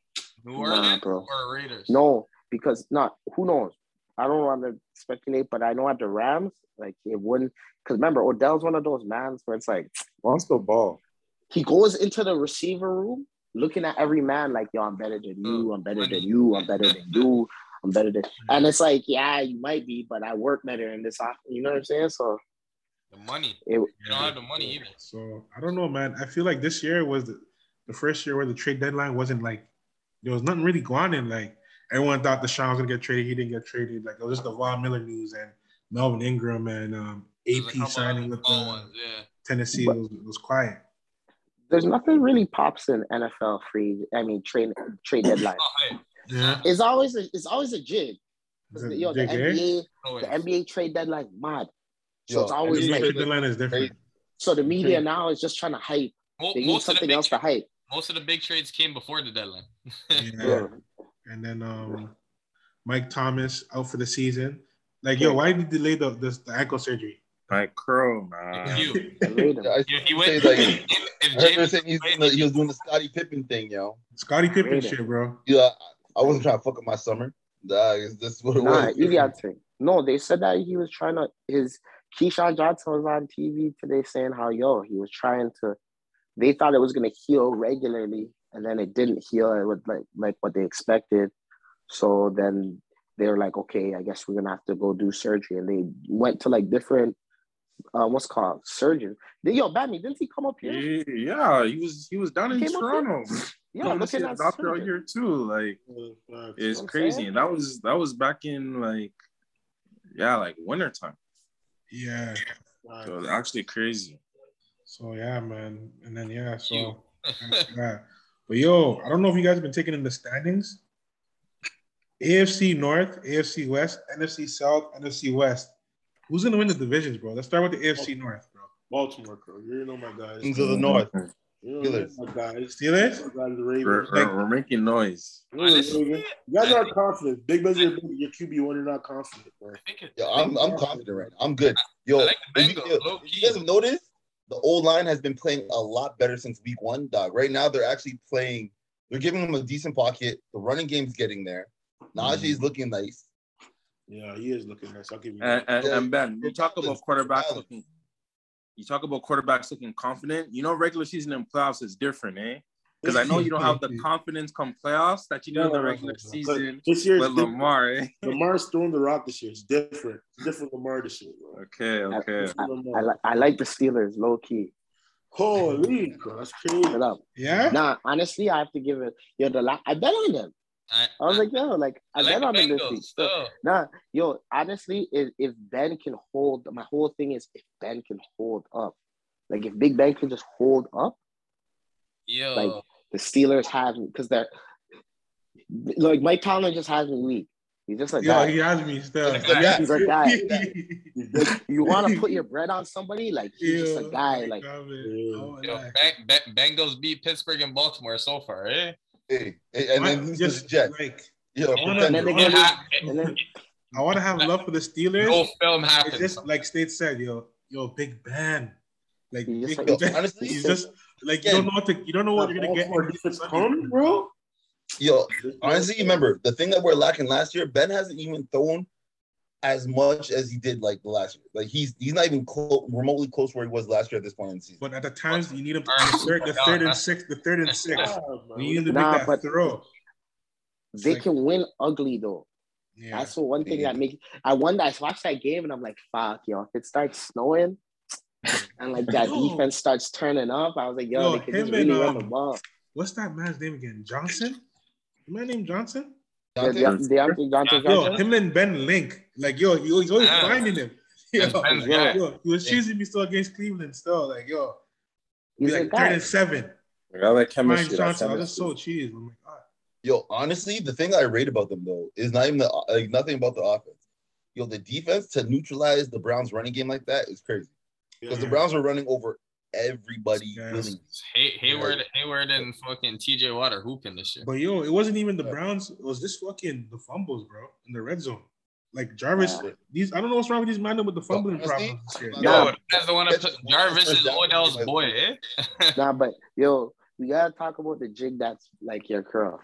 [SPEAKER 7] New
[SPEAKER 2] Nah,
[SPEAKER 7] Orleans
[SPEAKER 2] bro.
[SPEAKER 7] or Raiders?
[SPEAKER 2] No, because not who knows. I don't want to speculate, but I know at the Rams, like it wouldn't. Because remember, Odell's one of those mans where it's like
[SPEAKER 6] Wants the ball.
[SPEAKER 2] He goes into the receiver room looking at every man like, yo, I'm better than you. I'm better than you. I'm better than you. I'm better than. And it's like, yeah, you might be, but I work better in this. off- You know what I'm saying? So
[SPEAKER 7] The money.
[SPEAKER 2] it,
[SPEAKER 7] You don't have the money either.
[SPEAKER 1] So I don't know, man. I feel like this year was the, the first year where the trade deadline wasn't like there was nothing really going in. Like everyone thought Deshaun was gonna get traded, he didn't get traded. Like it was just the Von Miller news and Melvin Ingram and um,
[SPEAKER 7] There's a couple
[SPEAKER 1] AP
[SPEAKER 7] of
[SPEAKER 1] signing with
[SPEAKER 7] small
[SPEAKER 1] uh,
[SPEAKER 7] ones, Yeah.
[SPEAKER 1] Tennessee. It was, it was quiet.
[SPEAKER 2] there's nothing really pops in NFL free. I mean, trade trade deadline.
[SPEAKER 7] Oh, hey.
[SPEAKER 1] Yeah.
[SPEAKER 2] It's always a, it's always a jig.
[SPEAKER 1] Is
[SPEAKER 2] The,
[SPEAKER 1] it
[SPEAKER 2] yo, the
[SPEAKER 1] Jake Gay?
[SPEAKER 2] NBA,
[SPEAKER 7] No
[SPEAKER 2] the
[SPEAKER 7] way.
[SPEAKER 2] NBA trade deadline, mad. So
[SPEAKER 4] Yo,
[SPEAKER 2] it's always
[SPEAKER 4] NBA
[SPEAKER 2] like,
[SPEAKER 4] trade-
[SPEAKER 1] trade deadline is different.
[SPEAKER 2] so the media now is just trying to hype.
[SPEAKER 7] Mo-
[SPEAKER 2] They need
[SPEAKER 7] most, of the
[SPEAKER 2] something
[SPEAKER 7] big,
[SPEAKER 2] else to hype.
[SPEAKER 7] most of the big trades came before the deadline.
[SPEAKER 1] Yeah. and then um, Mike Thomas out for the season. Like, yo, why did you delay the, the, the ankle surgery?
[SPEAKER 5] My curl,
[SPEAKER 7] It's
[SPEAKER 2] Uh,
[SPEAKER 5] man.
[SPEAKER 7] you.
[SPEAKER 2] I read 'em.
[SPEAKER 4] Yeah, I
[SPEAKER 7] You- he
[SPEAKER 4] say,
[SPEAKER 7] went.
[SPEAKER 4] like,
[SPEAKER 7] if, if
[SPEAKER 4] I heard they were
[SPEAKER 7] James-
[SPEAKER 4] saying he's doing the, he was doing the Scottie Pippen thing, yo.
[SPEAKER 1] Scottie Pippen
[SPEAKER 2] Read it.
[SPEAKER 1] shit, bro.
[SPEAKER 4] Yeah, I wasn't trying to fuck up my summer. Nah, it's- this is what it
[SPEAKER 2] Nah,
[SPEAKER 4] was.
[SPEAKER 2] idiot thing. No, they said that he was trying to. His Keyshawn Johnson was on TV today saying how yo he was trying to. They thought it was gonna heal regularly, and then it didn't heal. It was like like what they expected. So then they were like, okay, I guess we're gonna have to go do surgery, and they went to like different. Um, what's it called surgeon? Then, Yo, Batman, didn't he come up here?
[SPEAKER 5] Yeah, yeah, he was he was down in
[SPEAKER 2] Came up here?
[SPEAKER 5] Toronto.
[SPEAKER 2] Yeah,
[SPEAKER 5] Going to see
[SPEAKER 2] looking
[SPEAKER 5] a
[SPEAKER 2] at
[SPEAKER 5] doctor out
[SPEAKER 2] surgeon.
[SPEAKER 5] here too. Like
[SPEAKER 3] Uh,
[SPEAKER 5] it's
[SPEAKER 2] what I'm
[SPEAKER 5] crazy,
[SPEAKER 2] saying.
[SPEAKER 5] and that was that was back in like yeah, like wintertime.
[SPEAKER 1] Yeah.
[SPEAKER 5] So it was actually crazy.
[SPEAKER 1] So yeah, man. And then yeah, so
[SPEAKER 7] You.
[SPEAKER 1] yeah. But yo, I don't know if you guys have been taking in the standings. AFC North, AFC West, NFC South, NFC West. Who's gonna win the divisions, bro? Let's start with the
[SPEAKER 2] Oh.
[SPEAKER 1] AFC North, bro.
[SPEAKER 3] Baltimore, bro. You already know my guys.
[SPEAKER 4] Into the north.
[SPEAKER 3] You already know
[SPEAKER 4] Steelers.
[SPEAKER 3] my guys.
[SPEAKER 1] Steelers?
[SPEAKER 3] You guys, the
[SPEAKER 5] We're,
[SPEAKER 3] Ravens.
[SPEAKER 5] we're- we're making noise.
[SPEAKER 3] You know the
[SPEAKER 7] Honestly,
[SPEAKER 3] Ravens. You guys aren't confident. Big Ben's your, your QB one. You're not confident, bro.
[SPEAKER 7] I think it-
[SPEAKER 4] Yo, I'm, I'm confident right now. I'm good. Yo,
[SPEAKER 7] I like the
[SPEAKER 4] if you-
[SPEAKER 7] Bengals,
[SPEAKER 4] yo,
[SPEAKER 7] low
[SPEAKER 4] if you
[SPEAKER 7] key.
[SPEAKER 4] guys have noticed, the old line has been playing a lot better since week one, dog. Right now, they're actually playing, they're giving them a decent pocket. The running game's getting there. Najee's looking nice.
[SPEAKER 3] Yeah, he is looking nice. I'll give you
[SPEAKER 5] And,
[SPEAKER 3] that.
[SPEAKER 5] and, and Ben, you talk about
[SPEAKER 4] Balance.
[SPEAKER 5] quarterbacks
[SPEAKER 4] Balance.
[SPEAKER 5] looking. You talk about quarterbacks looking confident. You know, regular season and playoffs is different, eh? Because I know you don't have the confidence come playoffs that you do in the regular season
[SPEAKER 3] This year,
[SPEAKER 5] with
[SPEAKER 3] is different.
[SPEAKER 5] Lamar, eh?
[SPEAKER 3] Lamar's throwing the rock this year. It's different. It's different Lamar this year, bro.
[SPEAKER 5] Okay, okay.
[SPEAKER 3] Different
[SPEAKER 2] I,
[SPEAKER 3] Lamar.
[SPEAKER 2] li- I like the Steelers, low key.
[SPEAKER 3] Holy, bro, that's crazy.
[SPEAKER 2] Shut up.
[SPEAKER 1] Yeah.
[SPEAKER 2] Nah, honestly, I have to give it. Yo, the la- I bet on them.
[SPEAKER 7] I,
[SPEAKER 2] I was like, yo, like I,
[SPEAKER 7] I like
[SPEAKER 2] bet
[SPEAKER 7] the
[SPEAKER 2] on him this
[SPEAKER 7] Bengals.
[SPEAKER 2] week.
[SPEAKER 7] still.
[SPEAKER 2] Nah, yo, honestly, if, if Ben can hold, my whole thing is if Ben can hold up. Like if Big Ben can just hold up,
[SPEAKER 7] Yo,
[SPEAKER 2] Like, the Steelers have because they're like Mike Tomlin just has me weak. He's just like
[SPEAKER 1] Yo,
[SPEAKER 2] that.
[SPEAKER 1] he has me still.
[SPEAKER 7] He's a guy.
[SPEAKER 2] He's a guy.
[SPEAKER 1] He's
[SPEAKER 2] You want to put your bread on somebody, like he's just a guy. Like
[SPEAKER 7] yo, Ben- Ben- Bengals beat Pittsburgh and Baltimore so far, eh?
[SPEAKER 4] Hey, hey, and then lose to the Jets.
[SPEAKER 1] like
[SPEAKER 4] Yo,
[SPEAKER 1] I wanna-
[SPEAKER 4] pretend-
[SPEAKER 2] And
[SPEAKER 1] I
[SPEAKER 2] then they
[SPEAKER 1] wanna-
[SPEAKER 7] get-
[SPEAKER 2] and then
[SPEAKER 1] I want to have love for the Steelers.
[SPEAKER 7] No film
[SPEAKER 1] It's
[SPEAKER 7] happened.
[SPEAKER 1] just like State said, yo, yo, Big Ben. Like,
[SPEAKER 2] He
[SPEAKER 1] Big
[SPEAKER 2] just like-
[SPEAKER 4] yo,
[SPEAKER 1] Ben.
[SPEAKER 4] honestly,
[SPEAKER 1] he's just like you
[SPEAKER 4] Yeah.
[SPEAKER 1] don't know what to, you don't know what you're gonna get.
[SPEAKER 3] Baltimore defense come, bro.
[SPEAKER 4] yo, honestly, remember the thing that we're lacking last year. Ben hasn't even thrown as much as he did like the last year. Like he's he's not even clo- remotely close where he was last year at this point in the season.
[SPEAKER 1] But at the times you need him to the third, the third and sixth, the third and sixth. We need him to
[SPEAKER 2] Nah,
[SPEAKER 1] make that
[SPEAKER 2] but-
[SPEAKER 1] throw.
[SPEAKER 2] they can win ugly though.
[SPEAKER 1] Yeah.
[SPEAKER 2] That's the one thing
[SPEAKER 4] Yeah.
[SPEAKER 2] that makes I wonder. I watched that game and I'm like, fuck, yo, if it starts snowing and like that
[SPEAKER 1] Yo.
[SPEAKER 2] defense starts turning up, I was like, yo,
[SPEAKER 1] Yo,
[SPEAKER 2] they could just
[SPEAKER 1] him and,
[SPEAKER 2] really run the
[SPEAKER 1] um,
[SPEAKER 2] ball.
[SPEAKER 1] What's that man's name again? Johnson? My name Johnson?
[SPEAKER 2] The,
[SPEAKER 4] Dante,
[SPEAKER 2] the, Deontay Johnson,
[SPEAKER 1] Yo,
[SPEAKER 2] Johnson.
[SPEAKER 1] him and Ben Link. Like, yo, he- he's always
[SPEAKER 7] Yeah.
[SPEAKER 1] finding him. Yo,
[SPEAKER 7] That's Ben's guy.
[SPEAKER 1] yo, he was choosing me still against Cleveland still. Like, yo,
[SPEAKER 2] He's
[SPEAKER 1] be
[SPEAKER 2] a
[SPEAKER 1] like third
[SPEAKER 2] guy.
[SPEAKER 1] and seven.
[SPEAKER 5] I like
[SPEAKER 1] Brian
[SPEAKER 5] chemistry. that
[SPEAKER 1] Johnson. I was just so
[SPEAKER 5] chemistry.
[SPEAKER 1] cheesed. I'm like, ah.
[SPEAKER 4] Yo, honestly, the thing I rate about them though is not even the like nothing about the offense. Yo, the defense to neutralize the Browns running game like that is crazy because the Browns were running over everybody.
[SPEAKER 1] Yes.
[SPEAKER 4] willingly.
[SPEAKER 7] Hay- Hayward, Hayward, and fucking T.J. Watt are hooping this year.
[SPEAKER 1] But yo, it wasn't even the Browns. It was just fucking the fumbles, bro, in the red zone. Like Jarvis,
[SPEAKER 4] Yeah.
[SPEAKER 1] these I don't know what's wrong with these men with the fumbling
[SPEAKER 4] honestly,
[SPEAKER 1] problems this year.
[SPEAKER 4] Nah.
[SPEAKER 7] Yo, that's the one I put. Jarvis is Odell's boy, eh?
[SPEAKER 2] Nah, but yo, we gotta talk about the jig that's like your curl.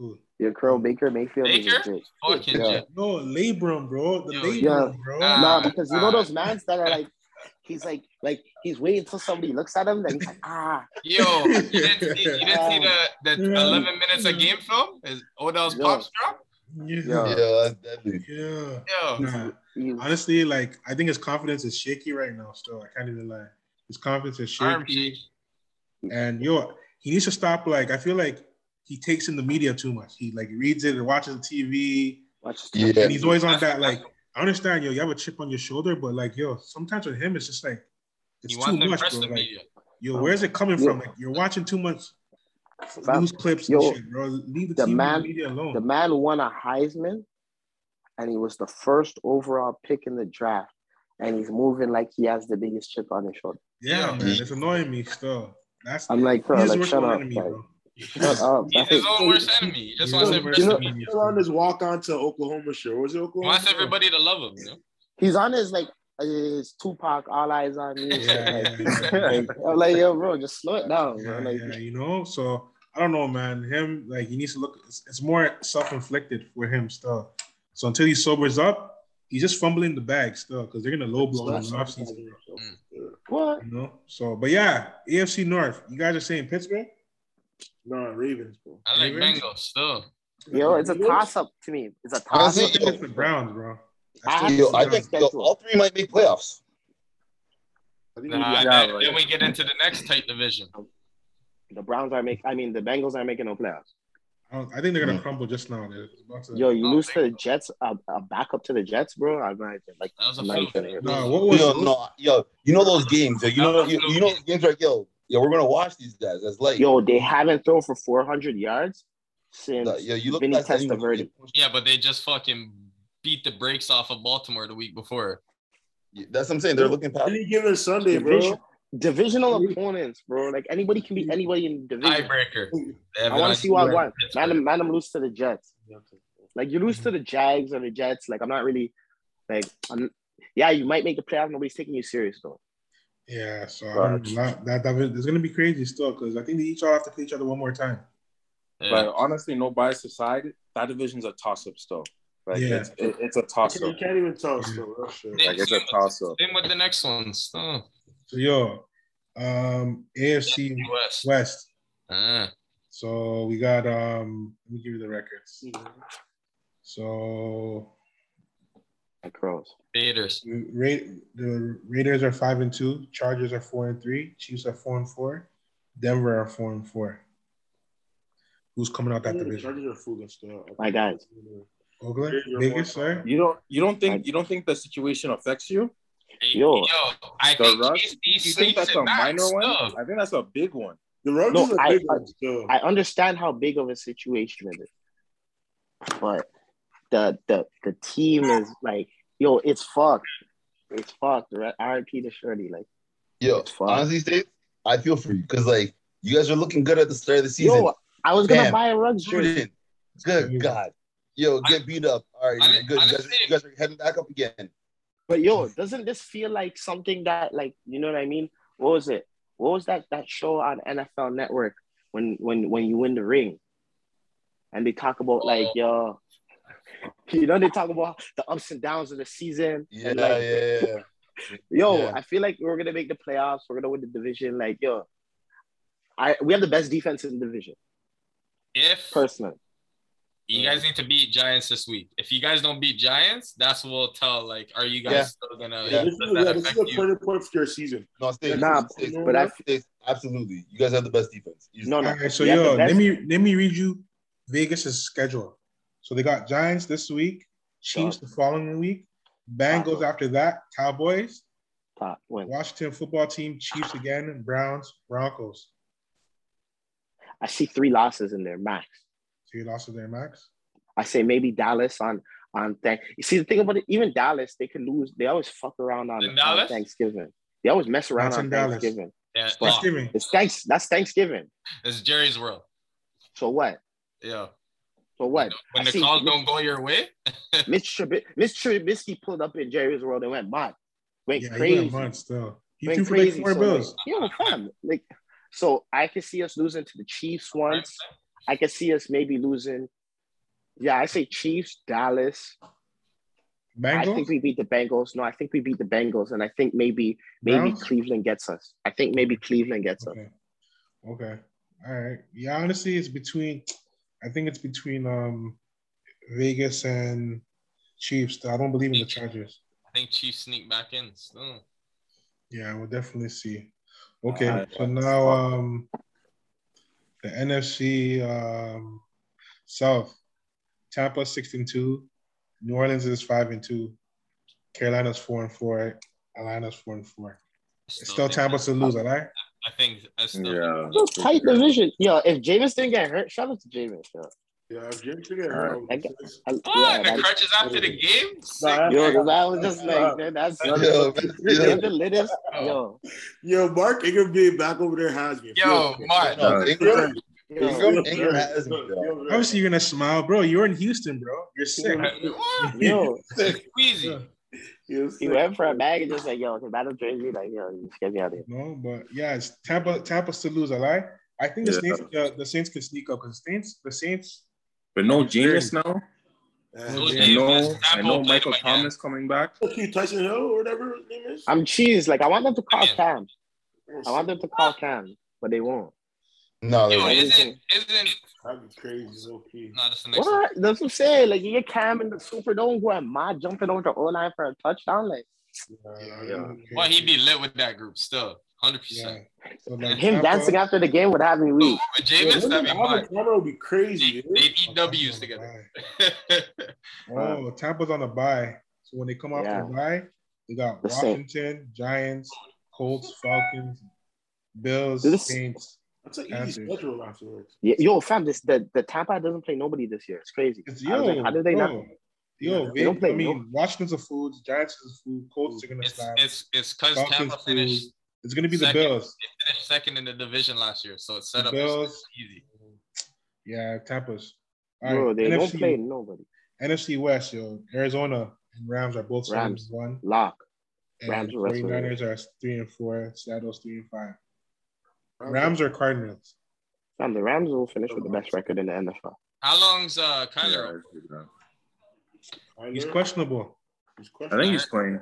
[SPEAKER 1] Ooh.
[SPEAKER 2] Your curl, Baker Mayfield is a
[SPEAKER 7] Baker?
[SPEAKER 2] jig.
[SPEAKER 7] Fucking
[SPEAKER 2] Yeah.
[SPEAKER 7] yeah.
[SPEAKER 1] No labrum, bro. The
[SPEAKER 7] Yo,
[SPEAKER 1] labrum,
[SPEAKER 2] yeah.
[SPEAKER 1] bro.
[SPEAKER 7] Nah.
[SPEAKER 4] Ah,
[SPEAKER 2] Nah, because you know
[SPEAKER 7] nah.
[SPEAKER 2] those mans that are like He's like, like he's waiting until somebody looks at him, then he's like, ah,
[SPEAKER 7] Yo, you didn't, see- you didn't see the, the
[SPEAKER 1] Yeah.
[SPEAKER 7] 11 minutes of game film? Is Odell's
[SPEAKER 2] Yo.
[SPEAKER 7] pop drop?
[SPEAKER 1] Yeah.
[SPEAKER 4] that's deadly.
[SPEAKER 1] Yeah.
[SPEAKER 7] Yo,
[SPEAKER 1] Nah,
[SPEAKER 2] you-
[SPEAKER 1] honestly, like I think his confidence is shaky right now. Still, I can't even lie. His confidence is
[SPEAKER 7] arm
[SPEAKER 1] shaky,
[SPEAKER 7] shake.
[SPEAKER 1] and yo, he needs to stop. Like I feel like he takes in the media too much. He like reads it and watches TV,
[SPEAKER 2] watch this.
[SPEAKER 4] Yeah.
[SPEAKER 1] and he's always on that. Like I understand, yo, you have a chip on your shoulder, but like yo, sometimes with him, it's just like it's too
[SPEAKER 7] He wants to
[SPEAKER 1] much,
[SPEAKER 7] impress
[SPEAKER 1] bro.
[SPEAKER 7] the
[SPEAKER 1] Like
[SPEAKER 7] media.
[SPEAKER 1] yo, where's it coming
[SPEAKER 2] Yo.
[SPEAKER 1] from? Like you're watching too much
[SPEAKER 2] Fam,
[SPEAKER 1] news clips
[SPEAKER 2] yo,
[SPEAKER 1] and shit, bro. Leave the,
[SPEAKER 2] the
[SPEAKER 1] TV
[SPEAKER 2] man-
[SPEAKER 1] and the media alone.
[SPEAKER 2] The man won a Heisman, and he was the first overall pick in the draft, and he's moving like he has the biggest chip on his shoulder.
[SPEAKER 1] yeah,
[SPEAKER 7] Yeah.
[SPEAKER 1] man, it's annoying me still. That's
[SPEAKER 2] I'm like, bro,
[SPEAKER 1] he's
[SPEAKER 2] like
[SPEAKER 1] worse
[SPEAKER 2] shut
[SPEAKER 1] than
[SPEAKER 2] up,
[SPEAKER 1] enemy,
[SPEAKER 2] like,
[SPEAKER 1] bro.
[SPEAKER 2] shut up.
[SPEAKER 7] He's his own worst enemy. He just wants,
[SPEAKER 1] He's
[SPEAKER 7] every,
[SPEAKER 1] worse than
[SPEAKER 2] know-
[SPEAKER 1] enemy,
[SPEAKER 3] Still on his walk on to Oklahoma shirt. Was it Oklahoma?
[SPEAKER 7] wants everybody to love him. You know?
[SPEAKER 2] He's on his like his Tupac, all eyes on me. and shit,
[SPEAKER 1] Yeah,
[SPEAKER 2] like,
[SPEAKER 1] yeah, yeah.
[SPEAKER 2] like, I'm like, yo, bro, just slow it down,
[SPEAKER 1] yeah,
[SPEAKER 2] bro. Like,
[SPEAKER 1] yeah, you know. So I don't know, man. Him like he needs to look. It's, it's more self-inflicted for him still. So until he sobers up, he's just fumbling the bag still because they're gonna low blow him in the offseason,
[SPEAKER 2] what?
[SPEAKER 1] you know. So, but yeah, AFC North. You guys are saying Pittsburgh.
[SPEAKER 3] No, Ravens, bro.
[SPEAKER 7] I like
[SPEAKER 1] Ravens?
[SPEAKER 7] Bengals still.
[SPEAKER 2] Yo, it's a
[SPEAKER 3] Eagles?
[SPEAKER 2] toss up to me. It's a
[SPEAKER 1] I
[SPEAKER 2] toss
[SPEAKER 1] still
[SPEAKER 2] up.
[SPEAKER 4] Honestly,
[SPEAKER 1] think it's the Browns, bro. I still
[SPEAKER 2] I-
[SPEAKER 1] think
[SPEAKER 4] Yo,
[SPEAKER 1] it's the
[SPEAKER 4] I
[SPEAKER 1] Browns.
[SPEAKER 4] think yo, all three might make playoffs.
[SPEAKER 3] I think
[SPEAKER 7] Nah,
[SPEAKER 3] we-
[SPEAKER 5] Yeah,
[SPEAKER 7] then,
[SPEAKER 5] right.
[SPEAKER 7] then we get into the next tight division.
[SPEAKER 2] The Browns are making. I mean, the Bengals are making no playoffs.
[SPEAKER 1] I, don't- I think they're gonna crumble just now. They're about to-
[SPEAKER 2] Yo, you
[SPEAKER 7] Oh,
[SPEAKER 2] lose to the Jets, a, a backup to the Jets, bro. I'm not even like.
[SPEAKER 7] That was a
[SPEAKER 2] I'm not even gonna hear
[SPEAKER 7] fluke.
[SPEAKER 1] Nah,
[SPEAKER 2] that.
[SPEAKER 1] what was
[SPEAKER 4] Yo, no, yo, you know those games. Yo, you know, you, you know those games like yo, yo, we're gonna watch these guys. That's like
[SPEAKER 2] Yo, they haven't thrown for 400 yards since.
[SPEAKER 4] Yo, you look
[SPEAKER 2] Vinny
[SPEAKER 4] past anyone.
[SPEAKER 2] Testaverde.
[SPEAKER 7] Yeah, but they just fucking beat the brakes off of Baltimore the week before.
[SPEAKER 4] That's what I'm saying. They're looking past.
[SPEAKER 3] Any given Sunday, bro.
[SPEAKER 2] Division- Divisional opponents, bro. Like anybody can beat anybody in the division.
[SPEAKER 7] Tiebreaker. They have
[SPEAKER 2] I
[SPEAKER 7] it
[SPEAKER 2] want
[SPEAKER 7] on
[SPEAKER 2] to see why
[SPEAKER 7] Pittsburgh.
[SPEAKER 2] one. Madam, madam, lose to the Jets. Like you lose to the Jags or the Jets. Like I'm not really, like I'm. Yeah, you might make the playoff. Nobody's taking you serious though.
[SPEAKER 1] Yeah, so I don't know. That, that, that was- it's gonna be crazy still because I think they each all have to play each other one more time.
[SPEAKER 7] Yeah.
[SPEAKER 6] But honestly, no bias aside, that division's a toss up still. Like
[SPEAKER 1] Yeah.
[SPEAKER 6] it's, it, it's a
[SPEAKER 3] You
[SPEAKER 6] toss
[SPEAKER 3] can't- you
[SPEAKER 6] up.
[SPEAKER 3] can't even tell. Still, that's shit.
[SPEAKER 7] Yeah.
[SPEAKER 6] Like it's a toss up.
[SPEAKER 7] Same with the next ones. Oh,
[SPEAKER 1] So yo, um, AFC
[SPEAKER 7] West.
[SPEAKER 1] West.
[SPEAKER 7] Ah.
[SPEAKER 1] So we got um let me give you the records. So
[SPEAKER 2] Like Crows.
[SPEAKER 7] Raiders.
[SPEAKER 1] Ra- the Raiders are five and two, Chargers are four and three, Chiefs are four and four, Denver are four and four. Who's coming out that
[SPEAKER 3] The
[SPEAKER 1] division?
[SPEAKER 3] Chargers are fooling still.
[SPEAKER 2] My guys.
[SPEAKER 1] Oakland,
[SPEAKER 3] Raiders are
[SPEAKER 1] Vegas,
[SPEAKER 3] one.
[SPEAKER 1] sir.
[SPEAKER 6] You don't you don't think you don't think the situation affects you?
[SPEAKER 7] Hey,
[SPEAKER 2] Yo.
[SPEAKER 7] yo, I
[SPEAKER 6] The
[SPEAKER 7] think
[SPEAKER 6] rush?
[SPEAKER 7] KC
[SPEAKER 6] You think
[SPEAKER 7] sleeps
[SPEAKER 6] that's
[SPEAKER 7] it
[SPEAKER 6] a
[SPEAKER 7] back
[SPEAKER 6] minor one?
[SPEAKER 7] still.
[SPEAKER 6] I think that's a big one.
[SPEAKER 3] The Rams
[SPEAKER 2] No,
[SPEAKER 3] is a
[SPEAKER 2] I-
[SPEAKER 3] big one still.
[SPEAKER 2] I understand how big of a situation it is, but the the the team is like, yo, it's fucked. It's fucked. right? R.I.P. to Shirley. Like,
[SPEAKER 4] Yo,
[SPEAKER 2] It's fine.
[SPEAKER 4] honestly, Dave, I feel for you because like you guys are looking good at the start of the season.
[SPEAKER 2] yo, I was gonna
[SPEAKER 4] Bam.
[SPEAKER 2] buy a Ruggs jersey.
[SPEAKER 4] Jordan, good God, yo, get beat up. All right,
[SPEAKER 7] Hon-
[SPEAKER 4] good. You guys,
[SPEAKER 7] honestly-
[SPEAKER 4] you guys are heading back up again.
[SPEAKER 2] But yo, doesn't this feel like something that like you know what I mean? What was it? What was that that show on NFL Network when when when you win the ring? And they talk about like yo, you know they talk about the ups and downs of the season.
[SPEAKER 4] Yeah,
[SPEAKER 2] and, like,
[SPEAKER 4] yeah, yeah.
[SPEAKER 2] Yo,
[SPEAKER 4] Yeah.
[SPEAKER 2] I feel like we're gonna make the playoffs. We're gonna win the division. Like yo, I we have the best defense in the division.
[SPEAKER 7] If
[SPEAKER 2] Personally,
[SPEAKER 7] you guys need to beat Giants this week, if you guys don't beat Giants, that's what we'll tell. Like, are you guys
[SPEAKER 4] Yeah.
[SPEAKER 7] still gonna?
[SPEAKER 4] Yeah.
[SPEAKER 7] Does
[SPEAKER 3] This, is,
[SPEAKER 7] that
[SPEAKER 3] yeah, this is
[SPEAKER 7] affect
[SPEAKER 3] a
[SPEAKER 7] you?
[SPEAKER 3] turning point for your season.
[SPEAKER 4] No, stay.
[SPEAKER 2] Nah,
[SPEAKER 4] stay,
[SPEAKER 2] but I-
[SPEAKER 4] stay- absolutely. You guys have the best defense. You-
[SPEAKER 2] no, no.
[SPEAKER 1] Mm-hmm. All right, so
[SPEAKER 2] we have the
[SPEAKER 1] yo,
[SPEAKER 2] best-
[SPEAKER 1] let me let me read you Vegas' schedule. So they got Giants this week, Chiefs the following week, Bengals
[SPEAKER 2] Cowboys.
[SPEAKER 1] after that, Cowboys,
[SPEAKER 2] top win.
[SPEAKER 1] Washington football team, Chiefs again, Browns, Broncos.
[SPEAKER 2] I see three losses in there max.
[SPEAKER 1] So you lost to their max.
[SPEAKER 2] I say maybe Dallas on on thank. You see the thing about it, even Dallas, they could lose. They always fuck around on,
[SPEAKER 7] In
[SPEAKER 2] on
[SPEAKER 7] Dallas?
[SPEAKER 2] Thanksgiving. They always mess around
[SPEAKER 1] That's
[SPEAKER 2] on
[SPEAKER 1] in Dallas.
[SPEAKER 2] Thanksgiving.
[SPEAKER 7] Yeah,
[SPEAKER 1] That's
[SPEAKER 7] oh,
[SPEAKER 1] giving.
[SPEAKER 2] It's thanks. That's Thanksgiving.
[SPEAKER 7] it's Jerry's world.
[SPEAKER 2] So what?
[SPEAKER 7] Yeah.
[SPEAKER 2] So what?
[SPEAKER 7] When
[SPEAKER 2] I
[SPEAKER 7] the
[SPEAKER 2] see-
[SPEAKER 7] calls don't go your way,
[SPEAKER 2] Mitch Trub- Mitch Trubisky pulled up in Jerry's world and went mad. Went
[SPEAKER 1] Yeah, he
[SPEAKER 2] crazy.
[SPEAKER 1] went months though. He threw
[SPEAKER 2] Went
[SPEAKER 1] for like
[SPEAKER 2] crazy.
[SPEAKER 1] four
[SPEAKER 2] So,
[SPEAKER 1] bills.
[SPEAKER 2] Like, yo, fam. Like, so I could see us losing to the Chiefs once. I could see us maybe losing. Yeah, I say Chiefs, Dallas, I
[SPEAKER 1] Bengals?
[SPEAKER 2] think we beat the Bengals. No, I think we beat the Bengals, and I think maybe maybe
[SPEAKER 1] Browns?
[SPEAKER 2] Cleveland gets us. I think maybe Cleveland gets us.
[SPEAKER 1] Okay. Okay. All right. Yeah, honestly, it's between I think it's between um Vegas and Chiefs. I don't believe in the Chargers.
[SPEAKER 7] I think Chiefs sneak back in. Still.
[SPEAKER 1] Yeah, we'll definitely see. Okay,
[SPEAKER 6] Alright.
[SPEAKER 1] so now um the NFC um South. Tampa six and two. New Orleans is five and two. Carolina's four and four. Atlanta's four and four. It's still
[SPEAKER 7] think-
[SPEAKER 1] Tampa to lose, all right?
[SPEAKER 7] I think I still
[SPEAKER 5] Yeah.
[SPEAKER 2] It's a tight division. Yo, if Jameis didn't get hurt, shout out to Jameis. Yo,
[SPEAKER 3] Yeah, if James can get hurt,
[SPEAKER 2] I
[SPEAKER 3] I'll-
[SPEAKER 2] get- I,
[SPEAKER 7] Oh,
[SPEAKER 2] yeah,
[SPEAKER 7] the
[SPEAKER 2] that,
[SPEAKER 7] crutches after the game? Sick.
[SPEAKER 6] Nah,
[SPEAKER 2] yo, 'cause I was just like, man, that's
[SPEAKER 4] Yo,
[SPEAKER 2] they're
[SPEAKER 4] yo,
[SPEAKER 2] the littest. Yo,
[SPEAKER 3] Yo, Mark Ingram being back over there has me.
[SPEAKER 7] Yo, Mark.
[SPEAKER 4] no, Ingram,
[SPEAKER 2] yo,
[SPEAKER 4] Ingram, Ingram has me, yo.
[SPEAKER 1] Obviously, you're gonna smile, bro. You're in Houston, bro. You're sick.
[SPEAKER 7] What?
[SPEAKER 2] yo.
[SPEAKER 7] Squeezy.
[SPEAKER 2] He went for a bag and just like, yo, if that'll jersey, like, yo, you just get me out of here.
[SPEAKER 1] No, but yeah, it's Tampa. Tampa still lose, all right? I think the
[SPEAKER 5] Yeah.
[SPEAKER 1] Saints, uh, the, the Saints can sneak up because Saints, the Saints.
[SPEAKER 5] But no genius now.
[SPEAKER 3] Look
[SPEAKER 5] And no, and no Michael Thomas coming back.
[SPEAKER 3] you, Tyson Hill or whatever his name is. Oh,
[SPEAKER 2] I'm cheese. Like, I want them to call Cam. I want them to call Cam, but they won't.
[SPEAKER 4] No, they
[SPEAKER 7] Yo,
[SPEAKER 4] won't.
[SPEAKER 7] isn't isn't
[SPEAKER 3] That'd be crazy. So key.
[SPEAKER 7] no that's the next one.
[SPEAKER 2] What? That's what I'm saying. Like, you get Cam in the Superdome who am I jumping over the O line for a touchdown? Like,
[SPEAKER 3] Yeah.
[SPEAKER 7] Why he be lit with that group still? Hundred
[SPEAKER 1] uh, Yeah.
[SPEAKER 7] percent.
[SPEAKER 1] So like
[SPEAKER 2] him
[SPEAKER 1] Tampa-
[SPEAKER 2] dancing after the game would have me weak.
[SPEAKER 7] With Jameis, that'd be mine.
[SPEAKER 3] Camera would be crazy.
[SPEAKER 7] They,
[SPEAKER 3] dude.
[SPEAKER 7] they eat W's together.
[SPEAKER 1] Oh, Tampa's on a bye. So when they come off the bye, they got
[SPEAKER 2] The Saints.
[SPEAKER 1] Washington, Giants, Colts, Falcons, Bills,
[SPEAKER 2] This-
[SPEAKER 1] Saints.
[SPEAKER 3] That's an easy
[SPEAKER 1] Anthony.
[SPEAKER 3] schedule afterwards.
[SPEAKER 2] Yeah, Yo, fam, this the, the Tampa doesn't play nobody this year. It's crazy.
[SPEAKER 1] It's
[SPEAKER 2] I
[SPEAKER 1] yo.
[SPEAKER 2] was like, how did they
[SPEAKER 1] bro.
[SPEAKER 2] not?
[SPEAKER 1] Yo,
[SPEAKER 3] Yeah,
[SPEAKER 2] they don't
[SPEAKER 1] Vic,
[SPEAKER 2] play
[SPEAKER 1] I mean, Washington's a food. Giants is a food. Colts are gonna
[SPEAKER 7] It's
[SPEAKER 1] slap.
[SPEAKER 7] it's it's because
[SPEAKER 1] Falcons
[SPEAKER 7] Tampa
[SPEAKER 1] food.
[SPEAKER 7] finished,
[SPEAKER 1] It's gonna be the
[SPEAKER 7] second.
[SPEAKER 1] Bills.
[SPEAKER 7] finished second in the division last year, so it's set
[SPEAKER 1] The
[SPEAKER 7] up it's
[SPEAKER 1] Bills.
[SPEAKER 7] easy.
[SPEAKER 1] Yeah, Tampa's. All
[SPEAKER 2] Bro,
[SPEAKER 1] right,
[SPEAKER 2] they don't
[SPEAKER 1] NFC,
[SPEAKER 2] play nobody.
[SPEAKER 1] NFC West, yo. Arizona and Rams are both seven
[SPEAKER 2] Rams.
[SPEAKER 1] and one.
[SPEAKER 2] Lock.
[SPEAKER 1] And
[SPEAKER 2] Rams are wrestling.
[SPEAKER 1] 49ers are three and four. Seattle's three and five. Rams or Cardinals?
[SPEAKER 2] Fam, the Rams will finish with the best record in the NFL.
[SPEAKER 7] How long's uh Kyler? out?
[SPEAKER 5] Yeah.
[SPEAKER 3] Kyler,
[SPEAKER 1] He's questionable.
[SPEAKER 3] he's
[SPEAKER 5] I think he's playing.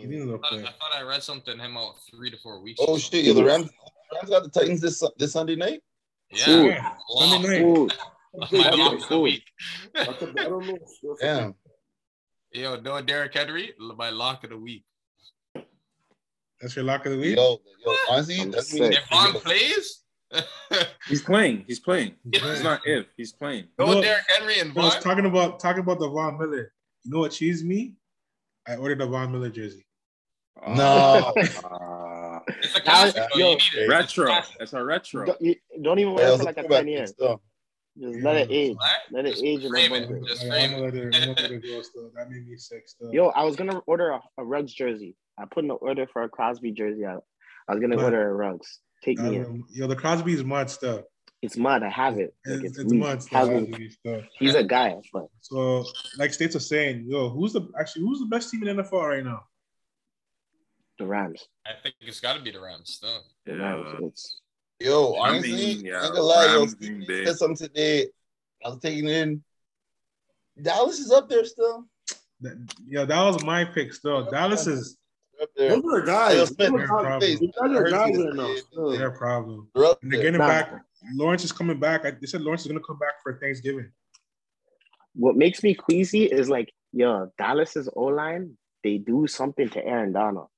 [SPEAKER 1] He didn't look
[SPEAKER 7] I thought, I
[SPEAKER 1] good.
[SPEAKER 7] thought I read something him out three to four weeks.
[SPEAKER 4] Oh
[SPEAKER 7] ago.
[SPEAKER 4] shit, yo, the Rams, Rams got the Titans this Sun- this Sunday night.
[SPEAKER 7] Yeah,
[SPEAKER 1] Yeah,
[SPEAKER 7] lock.
[SPEAKER 1] Sunday night.
[SPEAKER 2] Ooh,
[SPEAKER 7] My lock of the week.
[SPEAKER 3] I don't know.
[SPEAKER 4] Damn.
[SPEAKER 7] Yo, no Derrick Henry, my lock of the week.
[SPEAKER 1] That's your lock of the week.
[SPEAKER 4] Yo, yo, honestly,
[SPEAKER 2] I'm
[SPEAKER 4] that's
[SPEAKER 2] sick.
[SPEAKER 4] me.
[SPEAKER 7] If Von plays, no
[SPEAKER 5] He's playing. He's playing. It's
[SPEAKER 1] Yeah.
[SPEAKER 5] not if he's playing.
[SPEAKER 1] No.
[SPEAKER 7] Derrick Henry and
[SPEAKER 1] I
[SPEAKER 7] Von.
[SPEAKER 1] was talking about talking about the Von Miller. You know what cheesed me? I ordered a Von Miller jersey.
[SPEAKER 4] No,
[SPEAKER 5] Ah.
[SPEAKER 7] It's a classic.
[SPEAKER 4] Yo.
[SPEAKER 7] Yo, you need it.
[SPEAKER 5] retro. That's our retro.
[SPEAKER 2] don't, you- don't even
[SPEAKER 4] What
[SPEAKER 2] wear it
[SPEAKER 4] else
[SPEAKER 2] for
[SPEAKER 4] is
[SPEAKER 2] like a
[SPEAKER 4] about
[SPEAKER 2] 10 years.
[SPEAKER 4] this, though?
[SPEAKER 2] Just let it age.
[SPEAKER 7] What?
[SPEAKER 2] Let it
[SPEAKER 7] Just
[SPEAKER 2] age in
[SPEAKER 7] frame it.
[SPEAKER 2] abundance.
[SPEAKER 7] Just
[SPEAKER 1] Like,
[SPEAKER 7] frame
[SPEAKER 1] I'm
[SPEAKER 7] it.
[SPEAKER 1] gonna let it- I'm gonna let it go still. That made me sick still.
[SPEAKER 2] Yo, I was gonna order a, a Rugs jersey. I put in an order for a Crosby jersey out. I was gonna
[SPEAKER 1] What?
[SPEAKER 2] order a Rugs. Take me in.
[SPEAKER 1] Um, yo, the Crosby's mud stuff.
[SPEAKER 2] It's mud. I have it. Like,
[SPEAKER 1] It's,
[SPEAKER 2] it's
[SPEAKER 1] it's
[SPEAKER 2] weak.
[SPEAKER 1] mud
[SPEAKER 2] Have
[SPEAKER 1] stuff.
[SPEAKER 2] me.
[SPEAKER 1] stuff.
[SPEAKER 2] He's a guy, but
[SPEAKER 1] So, like states are saying, yo, who's the actually who's the best team in NFL right now?
[SPEAKER 2] the Rams.
[SPEAKER 7] I think it's got to be the Rams. Though.
[SPEAKER 2] The
[SPEAKER 5] Yeah.
[SPEAKER 2] Rams. It's
[SPEAKER 4] Yo,
[SPEAKER 5] I
[SPEAKER 4] honestly, I
[SPEAKER 5] mean,
[SPEAKER 4] ain't
[SPEAKER 5] yeah,
[SPEAKER 4] gonna lie, yo,
[SPEAKER 5] Rams
[SPEAKER 4] Steve
[SPEAKER 5] being
[SPEAKER 4] Nash
[SPEAKER 5] big.
[SPEAKER 4] said something today. I was taking it in. Dallas is up there still.
[SPEAKER 1] That, yo, that was my pick still. Dallas is
[SPEAKER 4] They're up there.
[SPEAKER 3] Those are
[SPEAKER 4] Yo,
[SPEAKER 3] guys.
[SPEAKER 4] Smith,
[SPEAKER 1] they're a problem.
[SPEAKER 4] face.
[SPEAKER 3] These guys
[SPEAKER 4] I
[SPEAKER 3] are
[SPEAKER 4] heard
[SPEAKER 3] guys
[SPEAKER 4] you
[SPEAKER 3] right now.
[SPEAKER 4] today.
[SPEAKER 3] still.
[SPEAKER 1] their problem.
[SPEAKER 4] They're up
[SPEAKER 1] And they're
[SPEAKER 4] there.
[SPEAKER 1] getting
[SPEAKER 2] Nah.
[SPEAKER 1] back. Lawrence is coming back. I, they said Lawrence is gonna come back for Thanksgiving.
[SPEAKER 2] what makes me queasy is like, yo, Dallas's O line. They do something to Aaron Donald.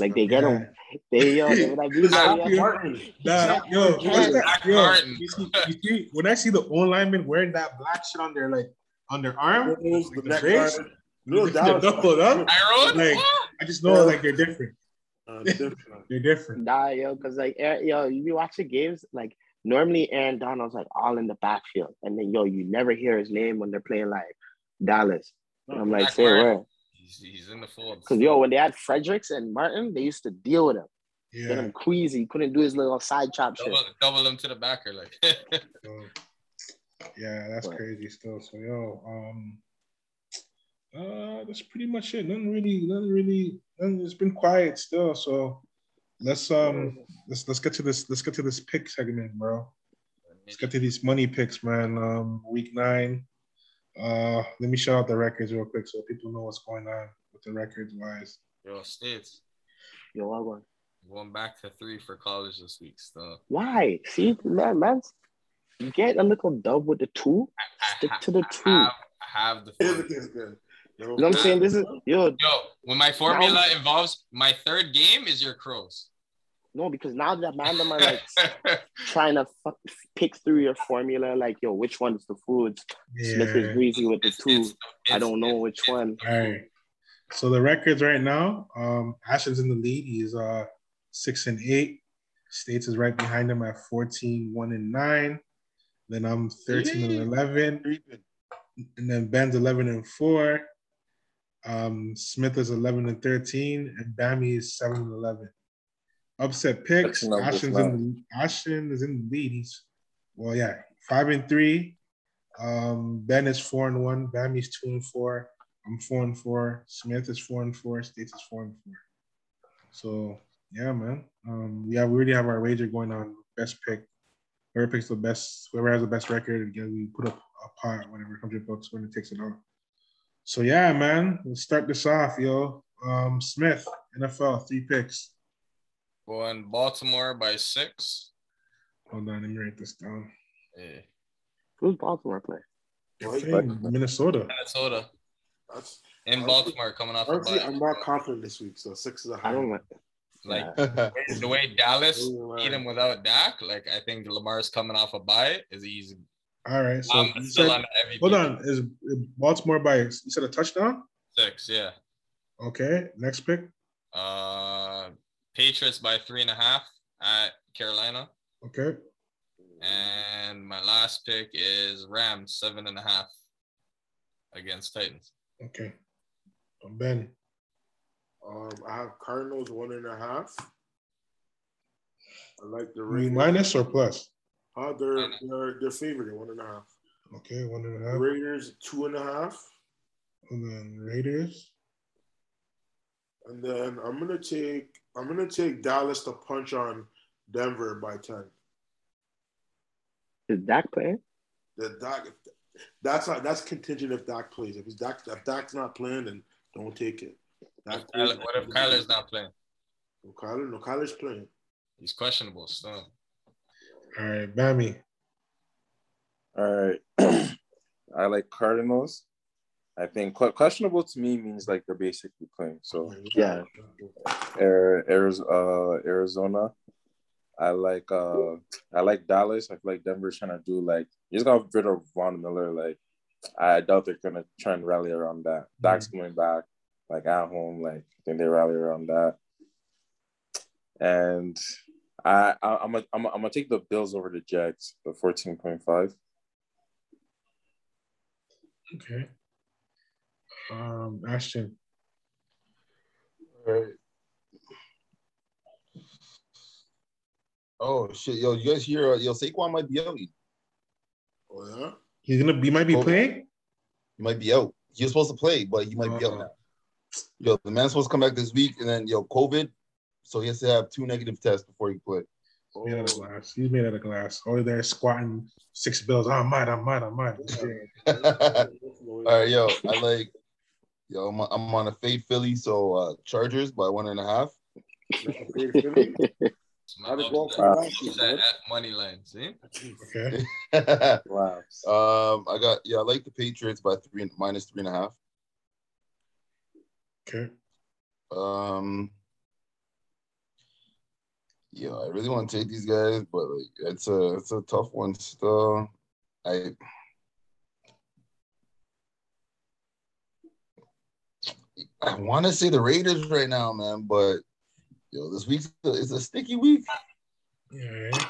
[SPEAKER 2] Like they get him. They yo. They, like, you know,
[SPEAKER 1] Stop
[SPEAKER 2] yeah.
[SPEAKER 3] Martin.
[SPEAKER 1] Nah, yo, what's that?
[SPEAKER 7] Zach
[SPEAKER 1] yo
[SPEAKER 7] Martin.
[SPEAKER 1] you see, you see, when I see the old lineman wearing that black shit on their like on their arm,
[SPEAKER 3] Williams, the
[SPEAKER 1] the
[SPEAKER 3] neck
[SPEAKER 1] bridge?
[SPEAKER 3] guard. Little
[SPEAKER 1] They're
[SPEAKER 3] Dallas.
[SPEAKER 1] doubled up?
[SPEAKER 7] Tyrone.
[SPEAKER 1] Like-
[SPEAKER 7] What?
[SPEAKER 1] I just know like they're different.
[SPEAKER 3] Uh, different.
[SPEAKER 1] They're different.
[SPEAKER 2] Nah, yo, because like, Aaron, yo, you be watching games like normally Aaron Donald's like all in the backfield, and then yo, you never hear his name when they're playing like Dallas. And I'm like,
[SPEAKER 7] Zach
[SPEAKER 2] say
[SPEAKER 7] Martin.
[SPEAKER 2] where?
[SPEAKER 7] He's, he's in the fold.
[SPEAKER 2] Because yo, when they had Fredericks and Martin, they used to deal with him. Get
[SPEAKER 1] Yeah.
[SPEAKER 2] him queasy. He couldn't do his little side chop shit.
[SPEAKER 7] double, double him to the backer, like.
[SPEAKER 1] so, yeah, that's
[SPEAKER 2] Right.
[SPEAKER 1] crazy still. So yo, um uh that's pretty much it. Nothing really, nothing really nothing, it's been quiet still. So let's um let's let's get to this let's get to this pick segment, bro. Let's get to these money picks, man. Um, week nine, Uh, let me shout out the records real quick so people know what's going on with the records wise.
[SPEAKER 7] Yo, States.
[SPEAKER 2] Yo, I won.
[SPEAKER 7] Going back to three for college this week. So
[SPEAKER 2] Why? See, man, man, get a little dub with the two. Stick to the two.
[SPEAKER 7] I have, I have the formula.
[SPEAKER 3] Everything's good. You
[SPEAKER 2] You know what I'm saying? This is yo.
[SPEAKER 7] Yo, when my formula involves my third game is your crows.
[SPEAKER 2] No, because now that man, them are like trying to fuck, pick through your formula, like yo, which one's the food? Smith is
[SPEAKER 1] Yeah.
[SPEAKER 2] greasy with the
[SPEAKER 7] It's-
[SPEAKER 2] two.
[SPEAKER 7] it's-
[SPEAKER 2] I don't know which one.
[SPEAKER 1] All right. So the records right now, um, Ashton's in the lead. He's uh six and eight. States is right behind him at 14, 1 and 9. Then I'm 13 and 11. And then Ben's 11 and 4. Um, Smith is 11 and 13. And Bammy is 7 and 11. Upset picks.
[SPEAKER 6] That's numbers,
[SPEAKER 1] Ashton's in the, Ashton is in the lead. He's, well, yeah, 5 and 3. Um, ben is 4 and 1. Bammy's 2 and 4. I'm 4 and 4. Smith is 4 and 4. States is 4 and 4. So yeah, man. Um, yeah, we already have our wager going on best pick. Whoever picks the best, whoever has the best record, and again, we put up a pot whenever hundred bucks when it takes it out. So yeah, man, let's start this off, yo. Um, Smith, NFL, three picks.
[SPEAKER 7] Going Baltimore by six.
[SPEAKER 1] Hold on, let me write this down.
[SPEAKER 7] Yeah.
[SPEAKER 2] Who's Baltimore play?
[SPEAKER 1] They're playing Minnesota.
[SPEAKER 7] Minnesota
[SPEAKER 3] That's-
[SPEAKER 7] in Baltimore coming off a
[SPEAKER 3] Honestly,
[SPEAKER 7] bye.
[SPEAKER 3] I'm not confident this week, so six is a high.
[SPEAKER 2] I don't know.
[SPEAKER 7] Like
[SPEAKER 4] yeah,
[SPEAKER 7] the way Dallas
[SPEAKER 3] Ooh,
[SPEAKER 7] beat him without Dak, like I think Lamar's coming off a bye is easy.
[SPEAKER 1] All right, so
[SPEAKER 7] I'm
[SPEAKER 1] you
[SPEAKER 7] still
[SPEAKER 1] said-
[SPEAKER 7] on the MVP
[SPEAKER 1] hold on, is Baltimore by you said a touchdown?
[SPEAKER 7] six, yeah.
[SPEAKER 1] Okay, next pick.
[SPEAKER 7] Uh, Patriots by three and a half at Carolina.
[SPEAKER 1] Okay,
[SPEAKER 7] And my last pick is Rams seven and a half against Titans.
[SPEAKER 1] okay. Ben,
[SPEAKER 3] Um, I have Cardinals one and a half. I like the Raiders.
[SPEAKER 1] minus or plus?
[SPEAKER 3] Huh? They're they're they're favored at one and a half.
[SPEAKER 1] Okay, one and a half.
[SPEAKER 3] Raiders two and a half,
[SPEAKER 1] And then Raiders.
[SPEAKER 3] and then I'm gonna take I'm gonna take Dallas to punch on Denver by ten.
[SPEAKER 2] Is Dak playing?
[SPEAKER 3] The Doc, that's not that's contingent if Doc plays. If he's Doc, if Doc's not playing, then don't take it.
[SPEAKER 7] What
[SPEAKER 3] Dak
[SPEAKER 7] if Kyler- what if Kyler's not playing?
[SPEAKER 3] No, Kyler, no, Kyler's playing.
[SPEAKER 7] He's questionable still.
[SPEAKER 1] All right, Bammy.
[SPEAKER 6] All right. I like Cardinals. I think que- questionable to me means like they're basically playing. So
[SPEAKER 2] Yeah.
[SPEAKER 6] Ari- Ari- uh, Arizona. I like uh, I like Dallas. I feel like Denver's trying to do like he's gonna get rid of Von Miller. Like I doubt they're gonna try and rally around that.
[SPEAKER 3] Mm-hmm.
[SPEAKER 6] Doc's coming back like at home. Like I think they rally around that. And I, I I'm gonna I'm gonna- I'm gonna take the Bills over the Jets, the fourteen point five.
[SPEAKER 1] Okay. Um, Ashton.
[SPEAKER 4] Right. Oh shit, yo, you guys hear? Uh, yo, Saquon might be out. He
[SPEAKER 3] Oh yeah.
[SPEAKER 1] He's gonna be might be
[SPEAKER 4] Oh.
[SPEAKER 1] playing.
[SPEAKER 4] might be out. He was supposed to play, but he might be out
[SPEAKER 1] Uh-huh.
[SPEAKER 4] now. Yo, the man's supposed to come back this week, and then yo, COVID, so he has to have two negative tests before he play.
[SPEAKER 1] He's made out of glass. He's made out of glass. Over there squatting six bills. Oh, I'm mad, I'm mad, I'm mad.
[SPEAKER 4] All right, yo, I like. Yo, I'm, I'm on a fade Philly, so uh Chargers by one and a half.
[SPEAKER 7] It's my
[SPEAKER 3] How'd it go
[SPEAKER 7] upset-
[SPEAKER 3] for
[SPEAKER 6] Wow.
[SPEAKER 3] last week,
[SPEAKER 7] upset at money line. See,
[SPEAKER 1] Okay.
[SPEAKER 4] um,
[SPEAKER 6] Wow.
[SPEAKER 7] Uh,
[SPEAKER 4] I got yeah, I like the Patriots by three and minus three and a half.
[SPEAKER 1] Okay.
[SPEAKER 4] Um, yeah, I really want to take these guys, but like, it's a it's a tough one still. I I want to say the Raiders right now, man, but yo, this week's it's a sticky week.
[SPEAKER 1] All right.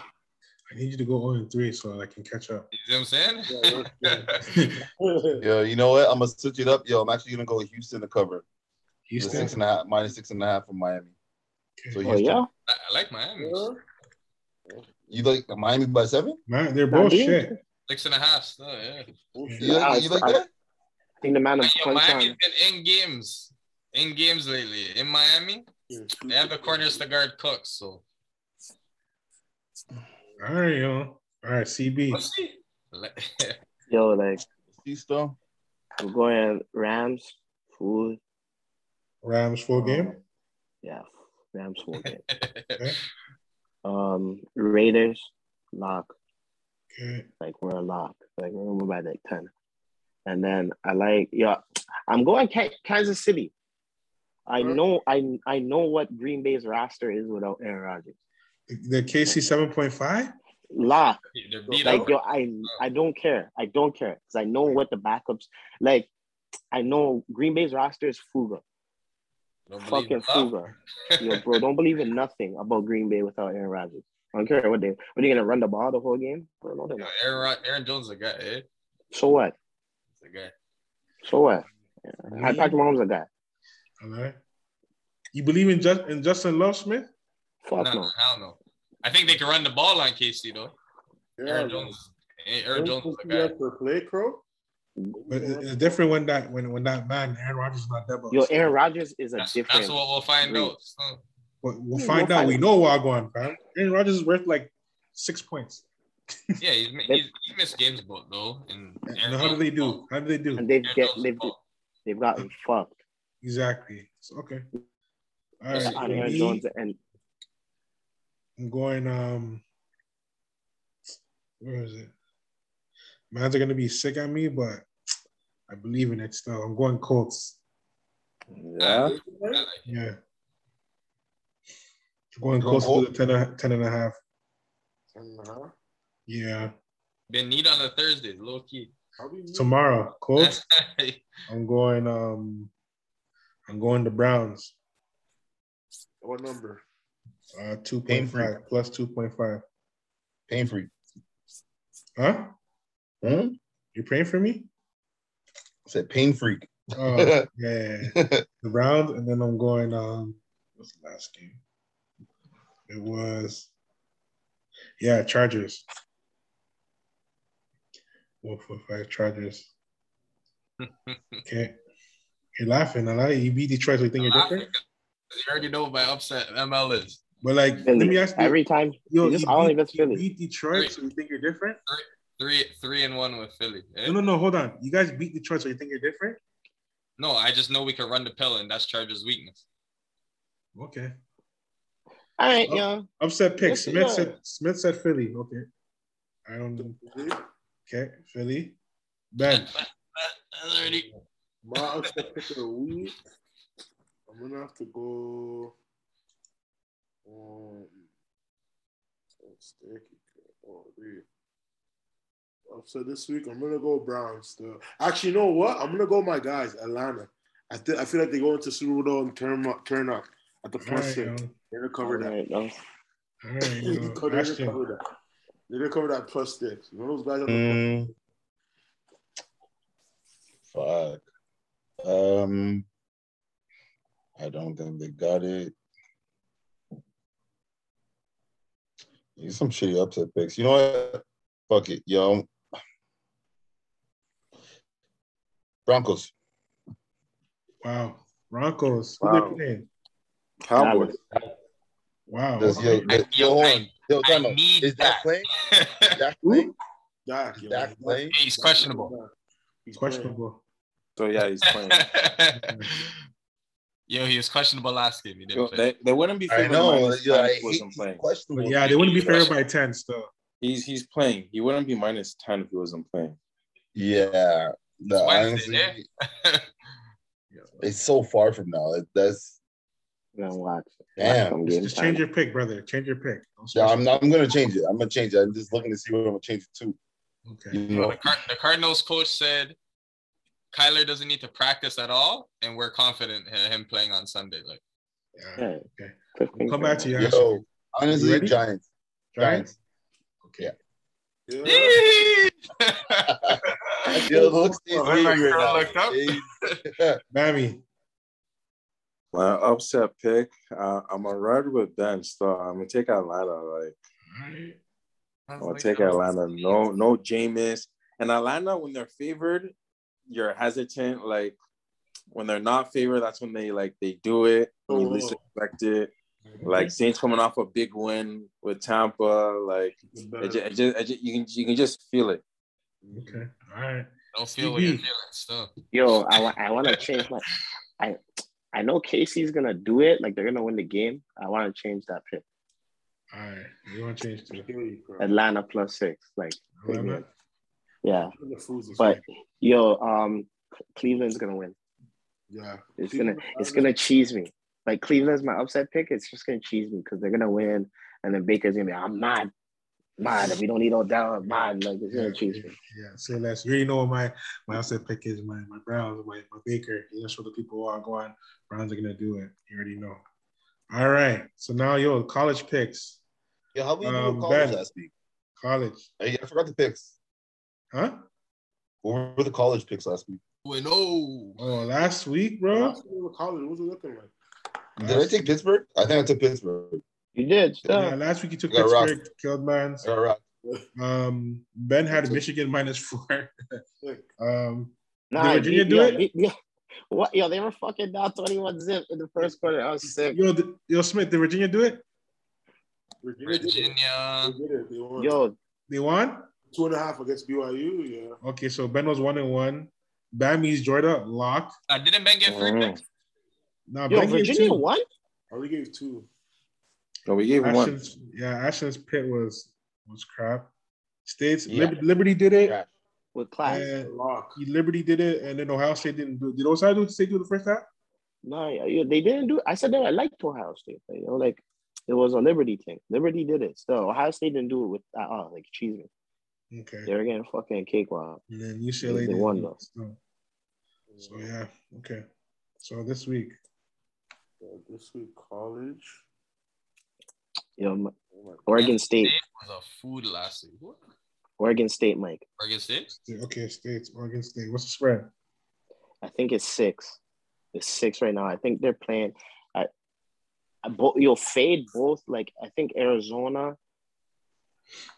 [SPEAKER 1] I need you to go 0 and 3 so I can catch up.
[SPEAKER 7] you see what I'm saying?
[SPEAKER 4] Yo, you know what? I'm gonna switch it up. Yo, I'm actually gonna go with Houston to cover the
[SPEAKER 1] Houston.
[SPEAKER 4] six and a half minus six and a half from Miami. So
[SPEAKER 1] Okay.
[SPEAKER 2] Oh yeah.
[SPEAKER 7] I, I like Miami.
[SPEAKER 4] You like Miami by seven?
[SPEAKER 1] Man, they're both
[SPEAKER 2] Miami?
[SPEAKER 1] shit.
[SPEAKER 7] Six and a half still. Yeah.
[SPEAKER 4] You like, you like
[SPEAKER 2] I-
[SPEAKER 4] that?
[SPEAKER 2] I think the man of
[SPEAKER 7] But, yo,
[SPEAKER 2] punch
[SPEAKER 7] Miami's
[SPEAKER 2] on.
[SPEAKER 7] been in games, in games lately. In Miami, they have the corners to guard Cooks. So
[SPEAKER 1] All right, yo. All right, CB.
[SPEAKER 7] Let's see. Like-
[SPEAKER 2] Yo, like
[SPEAKER 4] See still.
[SPEAKER 2] We're going Rams, food.
[SPEAKER 1] Rams full game.
[SPEAKER 2] um, yeah, Rams full game.
[SPEAKER 1] Okay.
[SPEAKER 2] Um, Raiders, lock.
[SPEAKER 1] Okay.
[SPEAKER 2] Like we're a lock. Like we're over by like ten. And then I like yeah, I'm going Ka- Kansas City. I
[SPEAKER 3] Mhm.
[SPEAKER 2] know I I know what Green Bay's roster is without Aaron Rodgers.
[SPEAKER 1] The KC seven point five.
[SPEAKER 2] Lock.
[SPEAKER 7] They're beat
[SPEAKER 2] like
[SPEAKER 7] up.
[SPEAKER 2] yo, I
[SPEAKER 7] Oh.
[SPEAKER 2] I don't care. I don't care because I know what the backups like. I know Green Bay's roster is Fuga,
[SPEAKER 7] Don't believe
[SPEAKER 2] fucking
[SPEAKER 7] in love.
[SPEAKER 2] Fuga. Yo, bro, don't believe in nothing about Green Bay without Aaron Rodgers. I don't care what they. What are you gonna run the ball the whole game? Bro, no, they're
[SPEAKER 7] Yo,
[SPEAKER 2] not.
[SPEAKER 7] Aaron, Rod- Aaron Jones is a guy, eh?
[SPEAKER 2] So what?
[SPEAKER 7] He's a guy.
[SPEAKER 2] So what? I Patrick Mahomes a guy.
[SPEAKER 1] All right. You believe in just in Justin Love Smith?
[SPEAKER 2] Fuck
[SPEAKER 7] no,
[SPEAKER 2] no.
[SPEAKER 7] hell no. I think they can run the ball on KC though. Aaron Jones, eh, Aaron Jones is a guy.
[SPEAKER 3] For play, Crow?
[SPEAKER 1] But it- it's different when that when when that man Aaron Rodgers is not that boss.
[SPEAKER 2] Yo, Aaron Rodgers is a
[SPEAKER 7] That's,
[SPEAKER 2] different.
[SPEAKER 7] that's what we'll find
[SPEAKER 2] breed.
[SPEAKER 7] out. So,
[SPEAKER 1] But we'll
[SPEAKER 2] Yeah,
[SPEAKER 1] find
[SPEAKER 2] we'll
[SPEAKER 1] out.
[SPEAKER 2] find
[SPEAKER 1] we
[SPEAKER 2] out.
[SPEAKER 1] know where I'm going, fam. Aaron Rodgers is worth like six points.
[SPEAKER 7] yeah, he's, he's, he missed games both though. And um, Aaron
[SPEAKER 1] Now, how do
[SPEAKER 7] Jones
[SPEAKER 1] they
[SPEAKER 7] is
[SPEAKER 1] do?
[SPEAKER 7] ball.
[SPEAKER 1] How do they do?
[SPEAKER 2] And they've
[SPEAKER 7] Aaron
[SPEAKER 2] get
[SPEAKER 7] Jones is
[SPEAKER 2] they've
[SPEAKER 7] ball.
[SPEAKER 2] they've gotten fucked
[SPEAKER 1] Exactly. It's okay. All right.
[SPEAKER 2] on
[SPEAKER 1] for
[SPEAKER 2] Aaron
[SPEAKER 1] me,
[SPEAKER 2] Jones and
[SPEAKER 1] I'm going. Um, where is it? Man's are gonna be sick at me, but I believe in it still. I'm going Colts.
[SPEAKER 6] Yeah.
[SPEAKER 1] Yeah. I'm going
[SPEAKER 4] Going
[SPEAKER 1] Colts to
[SPEAKER 4] Colts?
[SPEAKER 1] the 10, and- 10 and a half.
[SPEAKER 3] Uh-huh.
[SPEAKER 1] Yeah.
[SPEAKER 7] Been need on a Thursday, low key.
[SPEAKER 3] How do you-
[SPEAKER 1] Tomorrow, Colts.
[SPEAKER 7] Yo,
[SPEAKER 1] I'm going. Um, I'm going the Browns.
[SPEAKER 3] What number?
[SPEAKER 1] Uh, two point five plus two point five.
[SPEAKER 4] Pain free.
[SPEAKER 1] Huh?
[SPEAKER 4] Hmm?
[SPEAKER 1] You praying for me?
[SPEAKER 4] I said pain freak.
[SPEAKER 1] Oh, yeah, yeah, yeah. The Browns, and then I'm going. Um, what's the last game? It was, yeah, Chargers. One four five Chargers. Okay, you're laughing. I like you beat Detroit. So you think you're different,
[SPEAKER 7] You already know my upset ML is.
[SPEAKER 1] but like, let me
[SPEAKER 2] Philly.
[SPEAKER 1] ask you.
[SPEAKER 2] every time
[SPEAKER 1] yo,
[SPEAKER 2] you just
[SPEAKER 1] you
[SPEAKER 2] all
[SPEAKER 1] beat-
[SPEAKER 2] against
[SPEAKER 1] you
[SPEAKER 2] Philly.
[SPEAKER 1] beat Detroit, so you think you're different?
[SPEAKER 7] Three three and one with Philly. eh?
[SPEAKER 1] No, no, no. Hold on. You guys beat Detroit, so you think you're different?
[SPEAKER 7] No, I just know we can run the pill, and that's Chargers' weakness.
[SPEAKER 1] Okay.
[SPEAKER 2] all right,
[SPEAKER 1] Oh.
[SPEAKER 2] yo,
[SPEAKER 1] Upset pick.
[SPEAKER 2] Yes,
[SPEAKER 1] Smith
[SPEAKER 2] yeah.
[SPEAKER 1] said. Smith said Philly. Okay. I don't. Okay, Philly. Ben.
[SPEAKER 7] That's already-
[SPEAKER 3] My upset pick of the week. I'm gonna have to go. Um, let's take it, oh, dude. upset this week. I'm gonna go Browns. Still, actually, you know what? I'm gonna go my guys, Atlanta. I think I feel like they go into Super Bowl and turn up, turn up at the
[SPEAKER 1] All
[SPEAKER 3] plus
[SPEAKER 1] right,
[SPEAKER 3] six.
[SPEAKER 1] yo.
[SPEAKER 3] They're gonna cover
[SPEAKER 2] All
[SPEAKER 3] that.
[SPEAKER 2] right, yo.
[SPEAKER 1] All right,
[SPEAKER 3] They're
[SPEAKER 1] yo.
[SPEAKER 3] gonna cover
[SPEAKER 1] Ashton.
[SPEAKER 3] that. They're gonna cover that plus six. You know those guys at the
[SPEAKER 4] Hmm. Fuck. Um, I don't think they got it. These some shitty upset picks. You know what? Fuck it, yo. Broncos.
[SPEAKER 1] Wow. Broncos. Who
[SPEAKER 2] Wow.
[SPEAKER 1] they playing?
[SPEAKER 2] Dallas.
[SPEAKER 1] wow.
[SPEAKER 4] Does, yo,
[SPEAKER 7] I-
[SPEAKER 4] yo, yo, hold on. Yo,
[SPEAKER 7] I
[SPEAKER 4] time out.
[SPEAKER 7] need
[SPEAKER 4] Is
[SPEAKER 7] that.
[SPEAKER 4] that play? Is that play?
[SPEAKER 1] Ooh,
[SPEAKER 3] Dak,
[SPEAKER 4] Is
[SPEAKER 3] yo.
[SPEAKER 4] that play?
[SPEAKER 7] He's questionable.
[SPEAKER 3] He's questionable.
[SPEAKER 1] questionable.
[SPEAKER 6] So yeah, he's playing.
[SPEAKER 7] Yo, he was questionable last game. He didn't
[SPEAKER 6] Yo,
[SPEAKER 7] play.
[SPEAKER 6] they, they wouldn't be
[SPEAKER 4] I
[SPEAKER 6] favored
[SPEAKER 4] know.
[SPEAKER 6] minus
[SPEAKER 4] Yo,
[SPEAKER 6] ten
[SPEAKER 4] I
[SPEAKER 6] if
[SPEAKER 4] hate
[SPEAKER 6] he wasn't
[SPEAKER 4] these
[SPEAKER 6] playing.
[SPEAKER 1] But
[SPEAKER 4] questionable.
[SPEAKER 1] yeah, they wouldn't be favored by 10 still.
[SPEAKER 6] He's he's playing. He wouldn't be minus ten if he wasn't playing.
[SPEAKER 4] Yeah. No,
[SPEAKER 7] Wednesday,
[SPEAKER 4] honestly, it's so far from now. It, that's
[SPEAKER 2] Then watch. watch
[SPEAKER 4] Damn,
[SPEAKER 2] some
[SPEAKER 1] Just,
[SPEAKER 2] game
[SPEAKER 1] just
[SPEAKER 2] time.
[SPEAKER 1] change your pick, brother. Change your pick. Don't
[SPEAKER 4] yeah.
[SPEAKER 1] switch
[SPEAKER 4] I'm not, I'm gonna change it. I'm gonna change it. I'm just looking to see what I'm gonna change it to.
[SPEAKER 1] it. Okay.
[SPEAKER 4] You
[SPEAKER 7] Yo,
[SPEAKER 4] know,
[SPEAKER 7] the, Car- the Cardinals coach said Kyler doesn't need to practice at all, and we're confident in him playing on Sunday. Like,
[SPEAKER 1] Yeah.
[SPEAKER 2] Yeah.
[SPEAKER 1] Okay.
[SPEAKER 2] Fifteen
[SPEAKER 1] Come back to you,
[SPEAKER 4] yo,
[SPEAKER 1] Ashton. You
[SPEAKER 4] honestly,
[SPEAKER 1] ready?
[SPEAKER 4] Giants. Giants.
[SPEAKER 1] Okay.
[SPEAKER 3] Yeah.
[SPEAKER 7] yeah.
[SPEAKER 4] Yo, look, Steve
[SPEAKER 1] Oh,
[SPEAKER 4] Smith
[SPEAKER 7] girl
[SPEAKER 4] right
[SPEAKER 7] looked
[SPEAKER 4] now.
[SPEAKER 7] up.
[SPEAKER 4] Jeez.
[SPEAKER 1] Mammy.
[SPEAKER 6] My upset pick. Uh, I'm gonna ride with Ben. So I'm gonna take Atlanta. Like I'm gonna take Atlanta. No, no Jameis. And Atlanta, when they're favored, you're hesitant. Like when they're not favored, that's when they like they do it. When you least expect it. Like Saints coming off a big win with Tampa. Like it just, it ju- it ju- you can you can just feel it.
[SPEAKER 3] Okay.
[SPEAKER 1] Okay. All right.
[SPEAKER 7] Don't feel what you're
[SPEAKER 1] CB.
[SPEAKER 7] feeling still.
[SPEAKER 2] Yo, I, wa- I want to change my. I I know Casey's gonna do it. Like they're gonna win the game. I want to change that pick.
[SPEAKER 1] All right, you want to change
[SPEAKER 3] I
[SPEAKER 1] to
[SPEAKER 3] hear you, bro.
[SPEAKER 2] Atlanta plus six. Like
[SPEAKER 1] Atlanta?
[SPEAKER 2] yeah,
[SPEAKER 3] The fools is-
[SPEAKER 2] but yo, um, Cleveland's gonna win.
[SPEAKER 3] yeah,
[SPEAKER 2] It's
[SPEAKER 3] Cleveland-
[SPEAKER 2] gonna it's gonna cheese me. Like Cleveland's my upset pick. It's just gonna cheese me because they're gonna win, and then Baker's gonna be. I'm mad, mad. If we don't need Odell, I'm mad. Like it's gonna cheese me.
[SPEAKER 1] Yeah, say less. You already know what my my upset pick is. My my Browns, my, my Baker. That's what the people are going. Browns are gonna do it. You already know. All right. So now yo, college picks.
[SPEAKER 4] Yeah, how we do
[SPEAKER 1] Um,
[SPEAKER 4] with college
[SPEAKER 1] Ben.
[SPEAKER 4] last week?
[SPEAKER 1] College,
[SPEAKER 4] I, I forgot the picks.
[SPEAKER 1] huh?
[SPEAKER 4] What were the college picks last week?
[SPEAKER 7] Wait, no.
[SPEAKER 1] Oh, last week, bro.
[SPEAKER 3] Last year in college, what was it looking like?
[SPEAKER 4] Did I take Pittsburgh? I think I took Pittsburgh.
[SPEAKER 2] You did.
[SPEAKER 1] Yeah,
[SPEAKER 2] Yeah.
[SPEAKER 1] last week you took
[SPEAKER 4] I got rocked.
[SPEAKER 1] Pittsburgh, killed Mans.
[SPEAKER 4] I got rocked.
[SPEAKER 1] Um, Ben had Michigan minus four. um,
[SPEAKER 2] Nah,
[SPEAKER 1] Did Virginia
[SPEAKER 2] you-
[SPEAKER 1] do
[SPEAKER 2] yo,
[SPEAKER 1] it?
[SPEAKER 2] you- yo- what? Yo, they were fucking down 21 zip in the first quarter. I was sick.
[SPEAKER 1] yo, th- yo, Smith, did Virginia do it?
[SPEAKER 3] Virginia. did it. They
[SPEAKER 7] Virginia.
[SPEAKER 3] did it. They won.
[SPEAKER 2] Yo,
[SPEAKER 1] They won.
[SPEAKER 3] Two and a half against BYU. Yeah.
[SPEAKER 1] Okay, so Ben was one and one. Bami's Jordan lock.
[SPEAKER 7] I didn't Ben get free
[SPEAKER 2] Mm.
[SPEAKER 6] Mm-hmm.
[SPEAKER 7] picks?
[SPEAKER 1] Now
[SPEAKER 2] yo,
[SPEAKER 1] Ben gave
[SPEAKER 2] Virginia
[SPEAKER 1] two.
[SPEAKER 2] won.
[SPEAKER 3] I only gave two.
[SPEAKER 6] No, we gave one.
[SPEAKER 1] Ashton's, yeah, Ashton's pit was was crap. States
[SPEAKER 4] Yeah.
[SPEAKER 1] Lib- Liberty did it.
[SPEAKER 4] Yeah.
[SPEAKER 2] with class.
[SPEAKER 1] and
[SPEAKER 3] Lock.
[SPEAKER 1] Liberty did it, and then Ohio State didn't do. Did Ohio State do- State do the first half?
[SPEAKER 2] No, yeah, yeah, they didn't do. I said that I liked Ohio State. Like, you know, like it was a Liberty thing. Liberty did it. So Ohio State didn't do it with uh, uh like cheese me.
[SPEAKER 1] Okay,
[SPEAKER 2] They were getting fucking cakewalk.
[SPEAKER 1] and then UCLA
[SPEAKER 2] They
[SPEAKER 1] didn't
[SPEAKER 2] won,
[SPEAKER 1] do it,
[SPEAKER 2] though.
[SPEAKER 1] So, so yeah, okay. So this week,
[SPEAKER 3] Yeah, this week college.
[SPEAKER 2] You know, M-
[SPEAKER 3] Oh my
[SPEAKER 2] Oregon State,
[SPEAKER 7] It was a food last week. What?
[SPEAKER 2] Oregon State, Mike.
[SPEAKER 7] Oregon State?
[SPEAKER 1] okay, states Oregon State. What's the spread?
[SPEAKER 2] I think it's six. It's six right now. I think they're playing. I, I both you'll fade both. Like I think Arizona.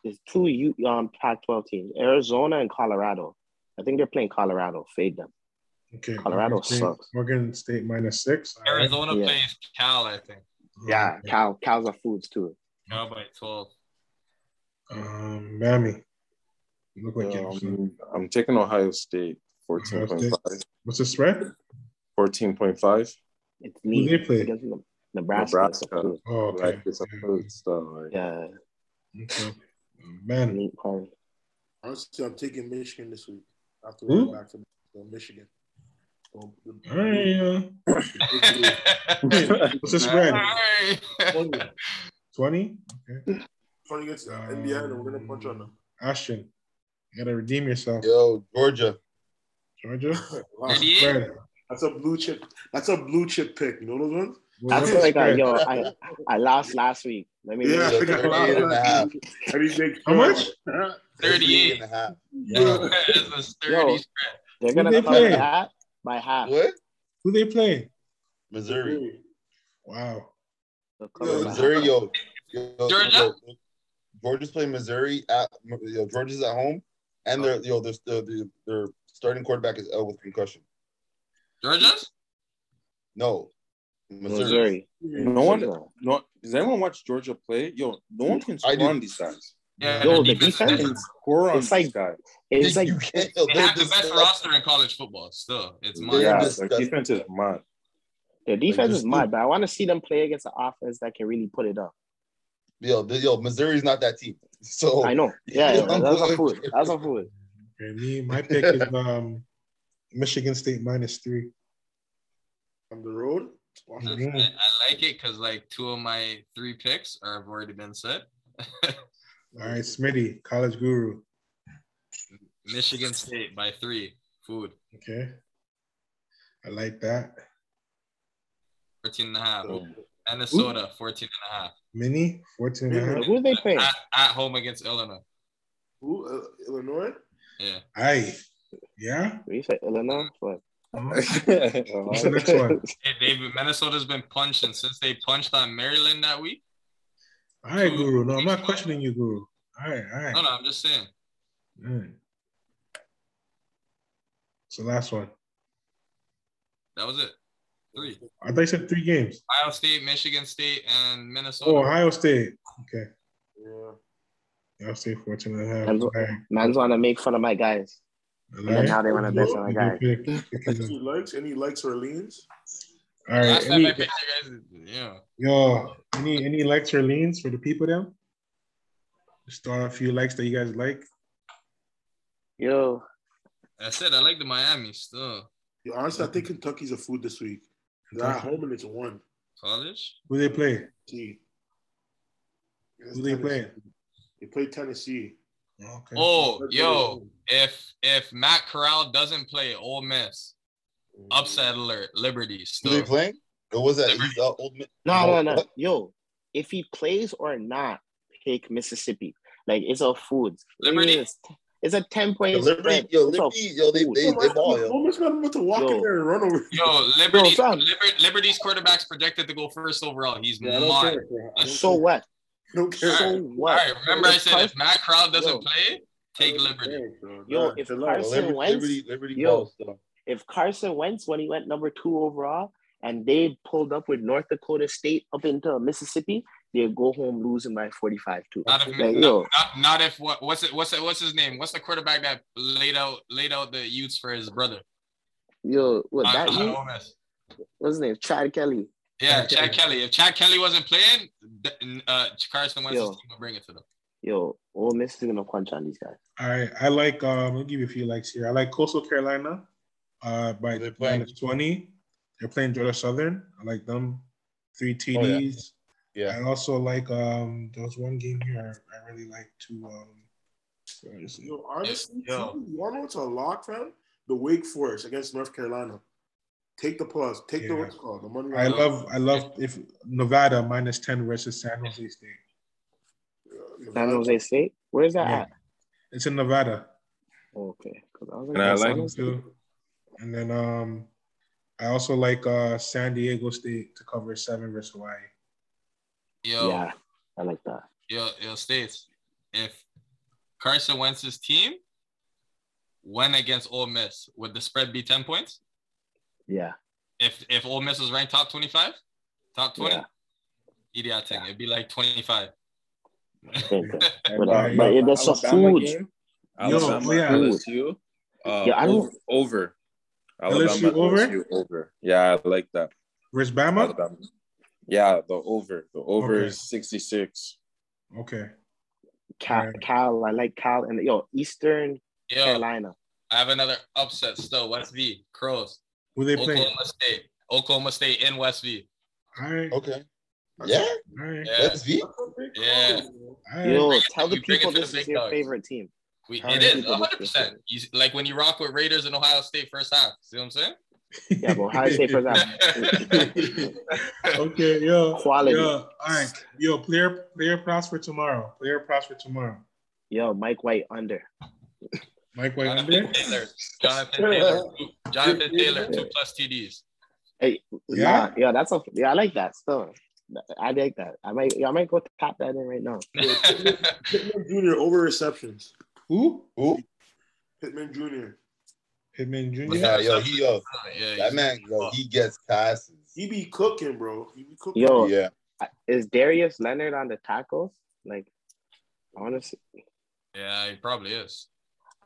[SPEAKER 2] There's two U um Pac-12 teams, Arizona and Colorado. I think they're playing Colorado. Fade them.
[SPEAKER 1] Okay,
[SPEAKER 2] Colorado
[SPEAKER 1] Oregon State,
[SPEAKER 2] sucks.
[SPEAKER 1] Oregon State minus six. um, All right.
[SPEAKER 7] Arizona
[SPEAKER 2] Yeah.
[SPEAKER 7] plays Cal, I think.
[SPEAKER 2] Yeah, cow cows are foods too.
[SPEAKER 7] Cal by 12.
[SPEAKER 1] Um, Miami. You look like Jefferson.
[SPEAKER 6] Um, I'm taking Ohio State 14.5.
[SPEAKER 1] What's the spread?
[SPEAKER 6] 14.5.
[SPEAKER 2] It's
[SPEAKER 1] Who
[SPEAKER 2] me.
[SPEAKER 1] they play?
[SPEAKER 2] Against Ne- Nebraska.
[SPEAKER 6] Nebraska.
[SPEAKER 2] Nebraska.
[SPEAKER 1] Oh, okay.
[SPEAKER 6] Like, it's a food stuff. Like,
[SPEAKER 2] Yeah,
[SPEAKER 1] okay. Um, Man,
[SPEAKER 2] neat part.
[SPEAKER 3] Honestly, I'm taking Michigan this week. After
[SPEAKER 1] Who?
[SPEAKER 3] running back from from Michigan. Um, the-
[SPEAKER 1] Hmm? all right. Yeah. What's the spread?
[SPEAKER 7] Sorry.
[SPEAKER 1] Twenty. Okay.
[SPEAKER 3] Funny against uh,
[SPEAKER 1] Um,
[SPEAKER 3] Indiana, we're gonna punch on them.
[SPEAKER 1] Ashton, you gotta redeem yourself.
[SPEAKER 4] Yo, Georgia.
[SPEAKER 1] Georgia.
[SPEAKER 3] Wow.
[SPEAKER 7] Did he?
[SPEAKER 1] Spread.
[SPEAKER 3] That's a blue chip. That's a blue chip pick. You know those ones?
[SPEAKER 2] I
[SPEAKER 1] What's
[SPEAKER 2] feel
[SPEAKER 1] the
[SPEAKER 2] like I,
[SPEAKER 1] spread?
[SPEAKER 2] yo, I I lost last week. Let me.
[SPEAKER 3] Yeah,
[SPEAKER 4] Yo,
[SPEAKER 3] I got a lot
[SPEAKER 4] 38 and a half.
[SPEAKER 3] How do you think?
[SPEAKER 1] How much?
[SPEAKER 4] Thirty-eight
[SPEAKER 7] 38.
[SPEAKER 4] and a half.
[SPEAKER 1] Yo,
[SPEAKER 7] It was
[SPEAKER 2] Yo,
[SPEAKER 7] 30.
[SPEAKER 2] they're gonna
[SPEAKER 1] they
[SPEAKER 2] cover
[SPEAKER 1] play?
[SPEAKER 2] that by half.
[SPEAKER 4] What?
[SPEAKER 1] who they play?
[SPEAKER 4] Missouri.
[SPEAKER 1] Wow.
[SPEAKER 2] They'll cover
[SPEAKER 4] Yo,
[SPEAKER 2] by
[SPEAKER 4] Missouri,
[SPEAKER 2] half.
[SPEAKER 4] yo. yo, yo,
[SPEAKER 7] Georgia?
[SPEAKER 4] yo. Georgia's playing Missouri at yo, Georgia's at home, and their yo their, their, their starting quarterback is out with concussion.
[SPEAKER 7] Georgia's?
[SPEAKER 4] No, Missouri.
[SPEAKER 2] Missouri.
[SPEAKER 6] no one,
[SPEAKER 2] Georgia.
[SPEAKER 6] no, does anyone watch Georgia play? Yo, no one can
[SPEAKER 4] I
[SPEAKER 6] score
[SPEAKER 4] do.
[SPEAKER 6] on these guys.
[SPEAKER 7] Yeah,
[SPEAKER 2] Yo,
[SPEAKER 7] their
[SPEAKER 2] the
[SPEAKER 6] No one
[SPEAKER 2] defense-
[SPEAKER 6] can score on
[SPEAKER 2] It's
[SPEAKER 6] these
[SPEAKER 2] like-
[SPEAKER 6] guys.
[SPEAKER 2] It's like
[SPEAKER 4] you can't. yo,
[SPEAKER 7] They
[SPEAKER 4] they're
[SPEAKER 7] have the best
[SPEAKER 4] disgusting.
[SPEAKER 7] roster in college football still. It's
[SPEAKER 4] They're
[SPEAKER 7] mine.
[SPEAKER 6] Yeah, their
[SPEAKER 4] disgusting.
[SPEAKER 6] defense is mad.
[SPEAKER 2] their defense
[SPEAKER 4] just
[SPEAKER 2] is mad,
[SPEAKER 4] do-
[SPEAKER 2] but I want to see them play against an offense that can really put it up.
[SPEAKER 4] Yo, the- yo, Missouri's not that team. So
[SPEAKER 2] I know. Yeah,
[SPEAKER 4] Oh, Yeah,
[SPEAKER 2] yeah,
[SPEAKER 4] I'm
[SPEAKER 2] that's a
[SPEAKER 4] going-
[SPEAKER 2] food. That's a food.
[SPEAKER 1] Okay, me, my pick is um, Michigan State minus three. Mm-hmm.
[SPEAKER 3] On the road? Watch it.
[SPEAKER 7] I, I like it because like two of my three picks are have already been said.
[SPEAKER 1] All right, Smitty, college guru.
[SPEAKER 7] Michigan State by three. Food.
[SPEAKER 1] Okay. I like that.
[SPEAKER 7] 14 and a half.
[SPEAKER 3] So,
[SPEAKER 7] Minnesota, 14 and a half.
[SPEAKER 1] Mini, 14 and a half.
[SPEAKER 2] Who are they playing?
[SPEAKER 7] At, at home against Illinois.
[SPEAKER 3] Who? Uh, Illinois?
[SPEAKER 7] Yeah.
[SPEAKER 1] Aye. Yeah.
[SPEAKER 2] You said Illinois, but
[SPEAKER 1] What's the next one?
[SPEAKER 7] Hey, they've, Minnesota's been punched, and since they punched on Maryland that week,
[SPEAKER 1] All right, Guru. No, I'm not questioning you, Guru. All right, all right.
[SPEAKER 7] no, no, I'm just saying.
[SPEAKER 1] All right. Mm. So last one.
[SPEAKER 7] That was it. Three.
[SPEAKER 1] I thought you said three games.
[SPEAKER 7] Ohio State, Michigan State, and Minnesota.
[SPEAKER 1] Oh, Ohio State. Okay.
[SPEAKER 3] Yeah.
[SPEAKER 1] Ohio State 14 and a half.
[SPEAKER 2] That's what-
[SPEAKER 1] All right.
[SPEAKER 2] man's want to make fun of my guys. And then how they want to bench him. Like, all right.
[SPEAKER 3] Any likes? Any likes or leans?
[SPEAKER 1] All right.
[SPEAKER 7] Last time I
[SPEAKER 1] Any,
[SPEAKER 7] picked you guys, yeah.
[SPEAKER 1] yo, any any likes or leans for the people then? Start a few likes that you guys like.
[SPEAKER 2] Yo,
[SPEAKER 7] That's it. I like the Miami still.
[SPEAKER 3] Yo, honestly, I think Kentucky's a food this week. They're at home and it's one.
[SPEAKER 7] College?
[SPEAKER 1] Who they play?
[SPEAKER 3] See.
[SPEAKER 1] Who they play?
[SPEAKER 3] They play Tennessee.
[SPEAKER 1] Okay.
[SPEAKER 7] Oh, yo. If if Matt Corral doesn't play Ole Miss, upset alert, Liberty
[SPEAKER 4] Who they
[SPEAKER 7] still.
[SPEAKER 4] playing? Or was that he's, uh, old? Mi-
[SPEAKER 2] no, no, no.
[SPEAKER 4] What?
[SPEAKER 2] Yo, if he plays or not, pick Mississippi. Like it's a food.
[SPEAKER 7] Liberty?
[SPEAKER 2] It's, it's a ten point.
[SPEAKER 4] Yo, Liberty,
[SPEAKER 2] spread.
[SPEAKER 4] yo,
[SPEAKER 2] It's a
[SPEAKER 4] Liberty, yo, they,
[SPEAKER 2] food.
[SPEAKER 4] they, they ball, yo.
[SPEAKER 3] Homer's not about to walk
[SPEAKER 2] Yo.
[SPEAKER 3] in there and run over.
[SPEAKER 7] Yo, Liberty,
[SPEAKER 2] fam.
[SPEAKER 7] Liber- Liberty's quarterback's projected to go first overall. He's
[SPEAKER 3] Yeah, I
[SPEAKER 7] mine.
[SPEAKER 3] don't care. bro. I don't
[SPEAKER 2] So
[SPEAKER 3] care.
[SPEAKER 2] what?
[SPEAKER 3] I don't care.
[SPEAKER 2] So
[SPEAKER 7] Alright,
[SPEAKER 2] what?
[SPEAKER 7] All right, remember I
[SPEAKER 2] If
[SPEAKER 7] said if
[SPEAKER 2] Carson-
[SPEAKER 7] Matt Corral doesn't
[SPEAKER 2] Yo.
[SPEAKER 7] play, take Liberty.
[SPEAKER 2] Yo, if
[SPEAKER 4] Well,
[SPEAKER 2] Carson
[SPEAKER 4] Liberty,
[SPEAKER 2] Wentz,
[SPEAKER 4] Liberty, Liberty
[SPEAKER 2] yo.
[SPEAKER 4] balls, though.
[SPEAKER 2] if Carson Wentz when he went number two overall, and they pulled up with North Dakota State up into Mississippi, they go home losing by forty five two.
[SPEAKER 7] Not if,
[SPEAKER 2] Like,
[SPEAKER 7] not,
[SPEAKER 2] yo,
[SPEAKER 7] not, not if what what's it what's it what's his name? What's the quarterback that laid out laid out the youths for his brother?
[SPEAKER 2] yo, what
[SPEAKER 7] On-
[SPEAKER 2] that?
[SPEAKER 7] on
[SPEAKER 2] you-
[SPEAKER 7] Ole Miss.
[SPEAKER 2] What's his name? Chad Kelly.
[SPEAKER 7] Yeah,
[SPEAKER 2] Chad
[SPEAKER 7] Chad Kelly. If Chad Kelly wasn't playing, th- uh, Carson Wentz's
[SPEAKER 2] Yo.
[SPEAKER 7] team would bring it to them.
[SPEAKER 2] Yo, Ole Miss is gonna punch on these guys.
[SPEAKER 1] All right, I like. Um, I'll give you a few likes here. I like Coastal Carolina, uh, by
[SPEAKER 4] Who they playing?
[SPEAKER 1] minus twenty. They're playing Georgia Southern. I like them. Three TDs.
[SPEAKER 4] Yeah.
[SPEAKER 1] I also like. Um, there was one game here I really like to. Um, where is it?
[SPEAKER 3] Yo, honestly,
[SPEAKER 7] Yo.
[SPEAKER 3] too, y'all know what's a lock, fam? The Wake Forest against North Carolina. Take the plus. Take the
[SPEAKER 1] Yeah.
[SPEAKER 3] what's it called the money.
[SPEAKER 1] I
[SPEAKER 3] line.
[SPEAKER 1] love. I love if Nevada minus ten versus San Jose State.
[SPEAKER 3] Yeah,
[SPEAKER 2] San Jose State. Where's that
[SPEAKER 1] Yeah.
[SPEAKER 2] at?
[SPEAKER 1] It's in Nevada.
[SPEAKER 2] Okay, because I was like,
[SPEAKER 5] And I
[SPEAKER 2] that's
[SPEAKER 5] like
[SPEAKER 2] San
[SPEAKER 1] them
[SPEAKER 2] Jose-
[SPEAKER 1] too. And then um, I also like uh San Diego State to cover seven versus Hawaii.
[SPEAKER 7] Yo,
[SPEAKER 2] yeah, I like that.
[SPEAKER 7] yo, yo, states. If Carson Wentz's team went against Ole Miss, would the spread be ten points?
[SPEAKER 2] Yeah,
[SPEAKER 7] If if Ole Miss was ranked top twenty five, top twenty,
[SPEAKER 2] Yeah.
[SPEAKER 7] idiot thing. It'd be like twenty five.
[SPEAKER 2] same thing.
[SPEAKER 6] Like,
[SPEAKER 2] But,
[SPEAKER 1] uh,
[SPEAKER 6] Alabama-
[SPEAKER 1] but
[SPEAKER 2] it- that's a
[SPEAKER 6] Alabama
[SPEAKER 2] food.
[SPEAKER 6] game,
[SPEAKER 1] Yo,
[SPEAKER 6] Alabama,
[SPEAKER 1] yeah.
[SPEAKER 6] LSU. Uh,
[SPEAKER 2] Yeah, I don't-
[SPEAKER 6] over. over.
[SPEAKER 1] LSU over?
[SPEAKER 6] LSU over. Yeah, I like that.
[SPEAKER 1] Versus Bama.
[SPEAKER 6] Alabama. Yeah, the over. The over
[SPEAKER 1] Okay.
[SPEAKER 6] is 66.
[SPEAKER 1] Okay.
[SPEAKER 2] Cal,
[SPEAKER 1] Alright.
[SPEAKER 2] Cal, I like Cal, and yo, Eastern
[SPEAKER 7] Yo,
[SPEAKER 2] Carolina.
[SPEAKER 7] I have another upset still. West V Crows,
[SPEAKER 1] Who they play?
[SPEAKER 7] Oklahoma State, Oklahoma State in West V.
[SPEAKER 1] All right. All
[SPEAKER 4] Okay. Yeah,
[SPEAKER 1] right.
[SPEAKER 7] Yeah,
[SPEAKER 4] that's V.
[SPEAKER 7] yeah.
[SPEAKER 1] All right.
[SPEAKER 2] Yo,
[SPEAKER 7] Bring it-
[SPEAKER 2] tell the
[SPEAKER 7] you bring it
[SPEAKER 2] people
[SPEAKER 7] to the
[SPEAKER 2] this is
[SPEAKER 7] big
[SPEAKER 2] your
[SPEAKER 7] dogs.
[SPEAKER 2] favorite team.
[SPEAKER 7] We,
[SPEAKER 1] How
[SPEAKER 7] it
[SPEAKER 1] many
[SPEAKER 7] is
[SPEAKER 2] people
[SPEAKER 7] 100.
[SPEAKER 2] this
[SPEAKER 7] percent You s- Like when you rock with Raiders and Ohio State first half. See what I'm saying?
[SPEAKER 2] Yeah, but Ohio State first half.
[SPEAKER 1] okay, yo.
[SPEAKER 2] Quality.
[SPEAKER 1] Yo, all right. Yo, player player props for tomorrow. Player props for tomorrow.
[SPEAKER 2] Yo, Mike White under.
[SPEAKER 1] Mike White under?
[SPEAKER 7] Jonathan Taylor, Jonathan Taylor, two- Jonathan Taylor, two plus TDs.
[SPEAKER 1] Yeah?
[SPEAKER 2] Nah, yeah, that's a yeah, I like that still. I like that. I might yeah, I might go tap that in right now.
[SPEAKER 3] Pittman Jr. over receptions.
[SPEAKER 1] Who?
[SPEAKER 4] Who?
[SPEAKER 3] Pittman Jr.
[SPEAKER 1] Pittman Jr.
[SPEAKER 4] Nah, yo, he yo,
[SPEAKER 7] yeah,
[SPEAKER 4] that man, yo, he gets passes.
[SPEAKER 3] He be cooking, bro. He be cooking.
[SPEAKER 2] Yo,
[SPEAKER 4] Yeah.
[SPEAKER 2] is Darius Leonard on the tackles? Like honestly,
[SPEAKER 7] yeah, he probably is.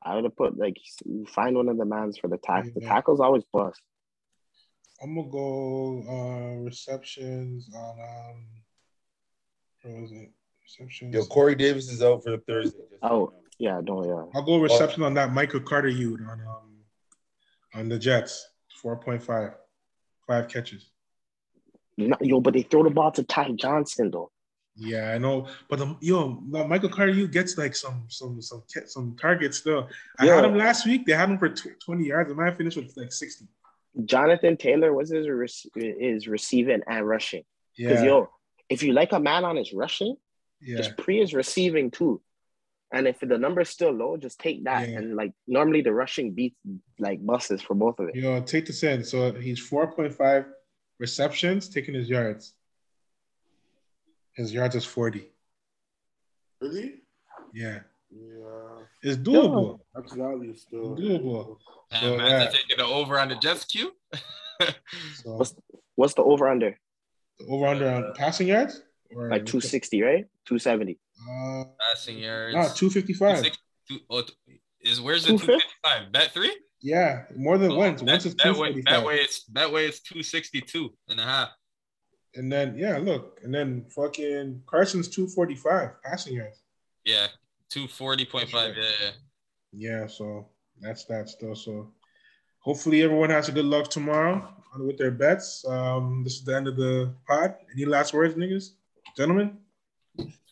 [SPEAKER 2] I would have put like you find one of the mans for the tackle. The
[SPEAKER 1] Yeah.
[SPEAKER 2] tackles always bust.
[SPEAKER 1] I'm gonna go uh receptions on um where was it? Receptions.
[SPEAKER 4] Yo, Corey Davis is out for Thursday. just so you
[SPEAKER 2] Oh.
[SPEAKER 4] know.
[SPEAKER 2] Yeah, don't yeah.
[SPEAKER 1] I'll go reception on that Michael Carter Ute on um on the Jets. Four point five. Five catches.
[SPEAKER 2] Not- yo, but they throw the ball to Ty Johnson though.
[SPEAKER 1] Yeah, I know, but um, yo, now Michael Carter, you gets like some some some ca- some targets still. I had
[SPEAKER 2] Yeah.
[SPEAKER 1] him last week. They had him for tw- twenty yards. and I finished with like sixty.
[SPEAKER 2] Jonathan Taylor was his rec- is receiving and rushing. Because
[SPEAKER 1] Yeah,
[SPEAKER 2] yo, if you like a man on his rushing,
[SPEAKER 1] yeah,
[SPEAKER 2] just pre is receiving too. And if the number's still low, just take that.
[SPEAKER 1] Yeah.
[SPEAKER 2] And like normally the rushing beats like buses for both of it.
[SPEAKER 1] yo, take this in. So he's four point five receptions, taking his yards. His yards is forty.
[SPEAKER 3] Really?
[SPEAKER 1] Yeah,
[SPEAKER 3] Yeah.
[SPEAKER 1] it's doable.
[SPEAKER 3] That's value still.
[SPEAKER 1] It's doable.
[SPEAKER 7] And
[SPEAKER 1] So,
[SPEAKER 7] man,
[SPEAKER 1] yeah.
[SPEAKER 7] they're taking it over on the Jets queue.
[SPEAKER 1] So
[SPEAKER 2] What's- What's the over under?
[SPEAKER 1] the over under
[SPEAKER 7] Uh,
[SPEAKER 1] on passing yards or
[SPEAKER 2] Like 260, right? 270.
[SPEAKER 1] Uh,
[SPEAKER 7] Passing yards.
[SPEAKER 1] nah, uh, two fifty five.
[SPEAKER 7] 260 two- oh, t- Is where's the two fifty five? Bet three?
[SPEAKER 1] Yeah, more than once.
[SPEAKER 7] Oh, That,
[SPEAKER 1] Once is
[SPEAKER 7] that way, that
[SPEAKER 1] 245.
[SPEAKER 7] way it's that way it's 262 and a half.
[SPEAKER 1] And then yeah, look, and then fucking Carson's two forty five passing yards.
[SPEAKER 7] Yeah, 240.5. Yeah, yeah.
[SPEAKER 1] Yeah, so that's that still. So hopefully everyone has a good luck tomorrow on with their bets. Um, this is the end of the pod. Any last words, niggas, gentlemen?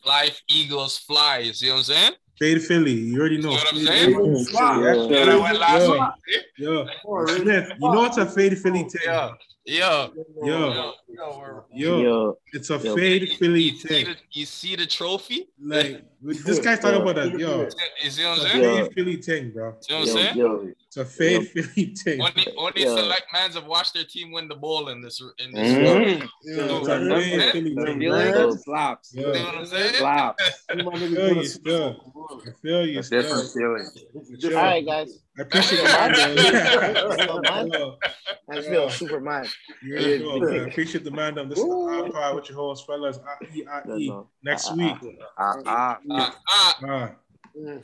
[SPEAKER 7] Fly Eagles flies. You know what I'm saying?
[SPEAKER 1] Fade Philly, you already know.
[SPEAKER 7] You know what I'm
[SPEAKER 1] Fade
[SPEAKER 7] saying?
[SPEAKER 1] Philly.
[SPEAKER 3] Fly.
[SPEAKER 1] Yeah.
[SPEAKER 7] Yeah, that went last
[SPEAKER 1] Yeah.
[SPEAKER 7] one.
[SPEAKER 1] Yo,
[SPEAKER 7] Oh,
[SPEAKER 1] Smith, you know it's a fade Philly thing.
[SPEAKER 7] Yeah, yeah.
[SPEAKER 1] Yo,
[SPEAKER 7] Yo, yo, we're-
[SPEAKER 1] yo, it's a fade Philly
[SPEAKER 7] You see,
[SPEAKER 1] thing.
[SPEAKER 7] the, you see the trophy?
[SPEAKER 1] Like this guy's talking about that. Yo, it's
[SPEAKER 7] You see what I'm
[SPEAKER 1] a
[SPEAKER 7] saying?
[SPEAKER 1] fade Philly thing, bro.
[SPEAKER 7] You know what I'm saying?
[SPEAKER 1] It's a fade Philly thing.
[SPEAKER 7] Only, only
[SPEAKER 2] Yo.
[SPEAKER 7] select mans have watched their team win the ball in this in this.
[SPEAKER 6] Mm.
[SPEAKER 1] Yo, it's a fade Philly thing,
[SPEAKER 6] Yo,
[SPEAKER 1] bro.
[SPEAKER 6] yo, slaps.
[SPEAKER 1] Yo,
[SPEAKER 7] You know what
[SPEAKER 1] I
[SPEAKER 7] I'm saying?
[SPEAKER 6] Slaps.
[SPEAKER 1] feel you still. I feel you still.
[SPEAKER 5] feeling.
[SPEAKER 2] All right, guys.
[SPEAKER 1] I appreciate the man. though.
[SPEAKER 2] I feel super mad.
[SPEAKER 1] You're the cool, man. I appreciate the man. though. This is the Odd Pod with your host, fellas. I E I E. Next week.
[SPEAKER 6] Ah, ah.
[SPEAKER 7] Ah, ah.
[SPEAKER 1] Ah.
[SPEAKER 3] Yeah.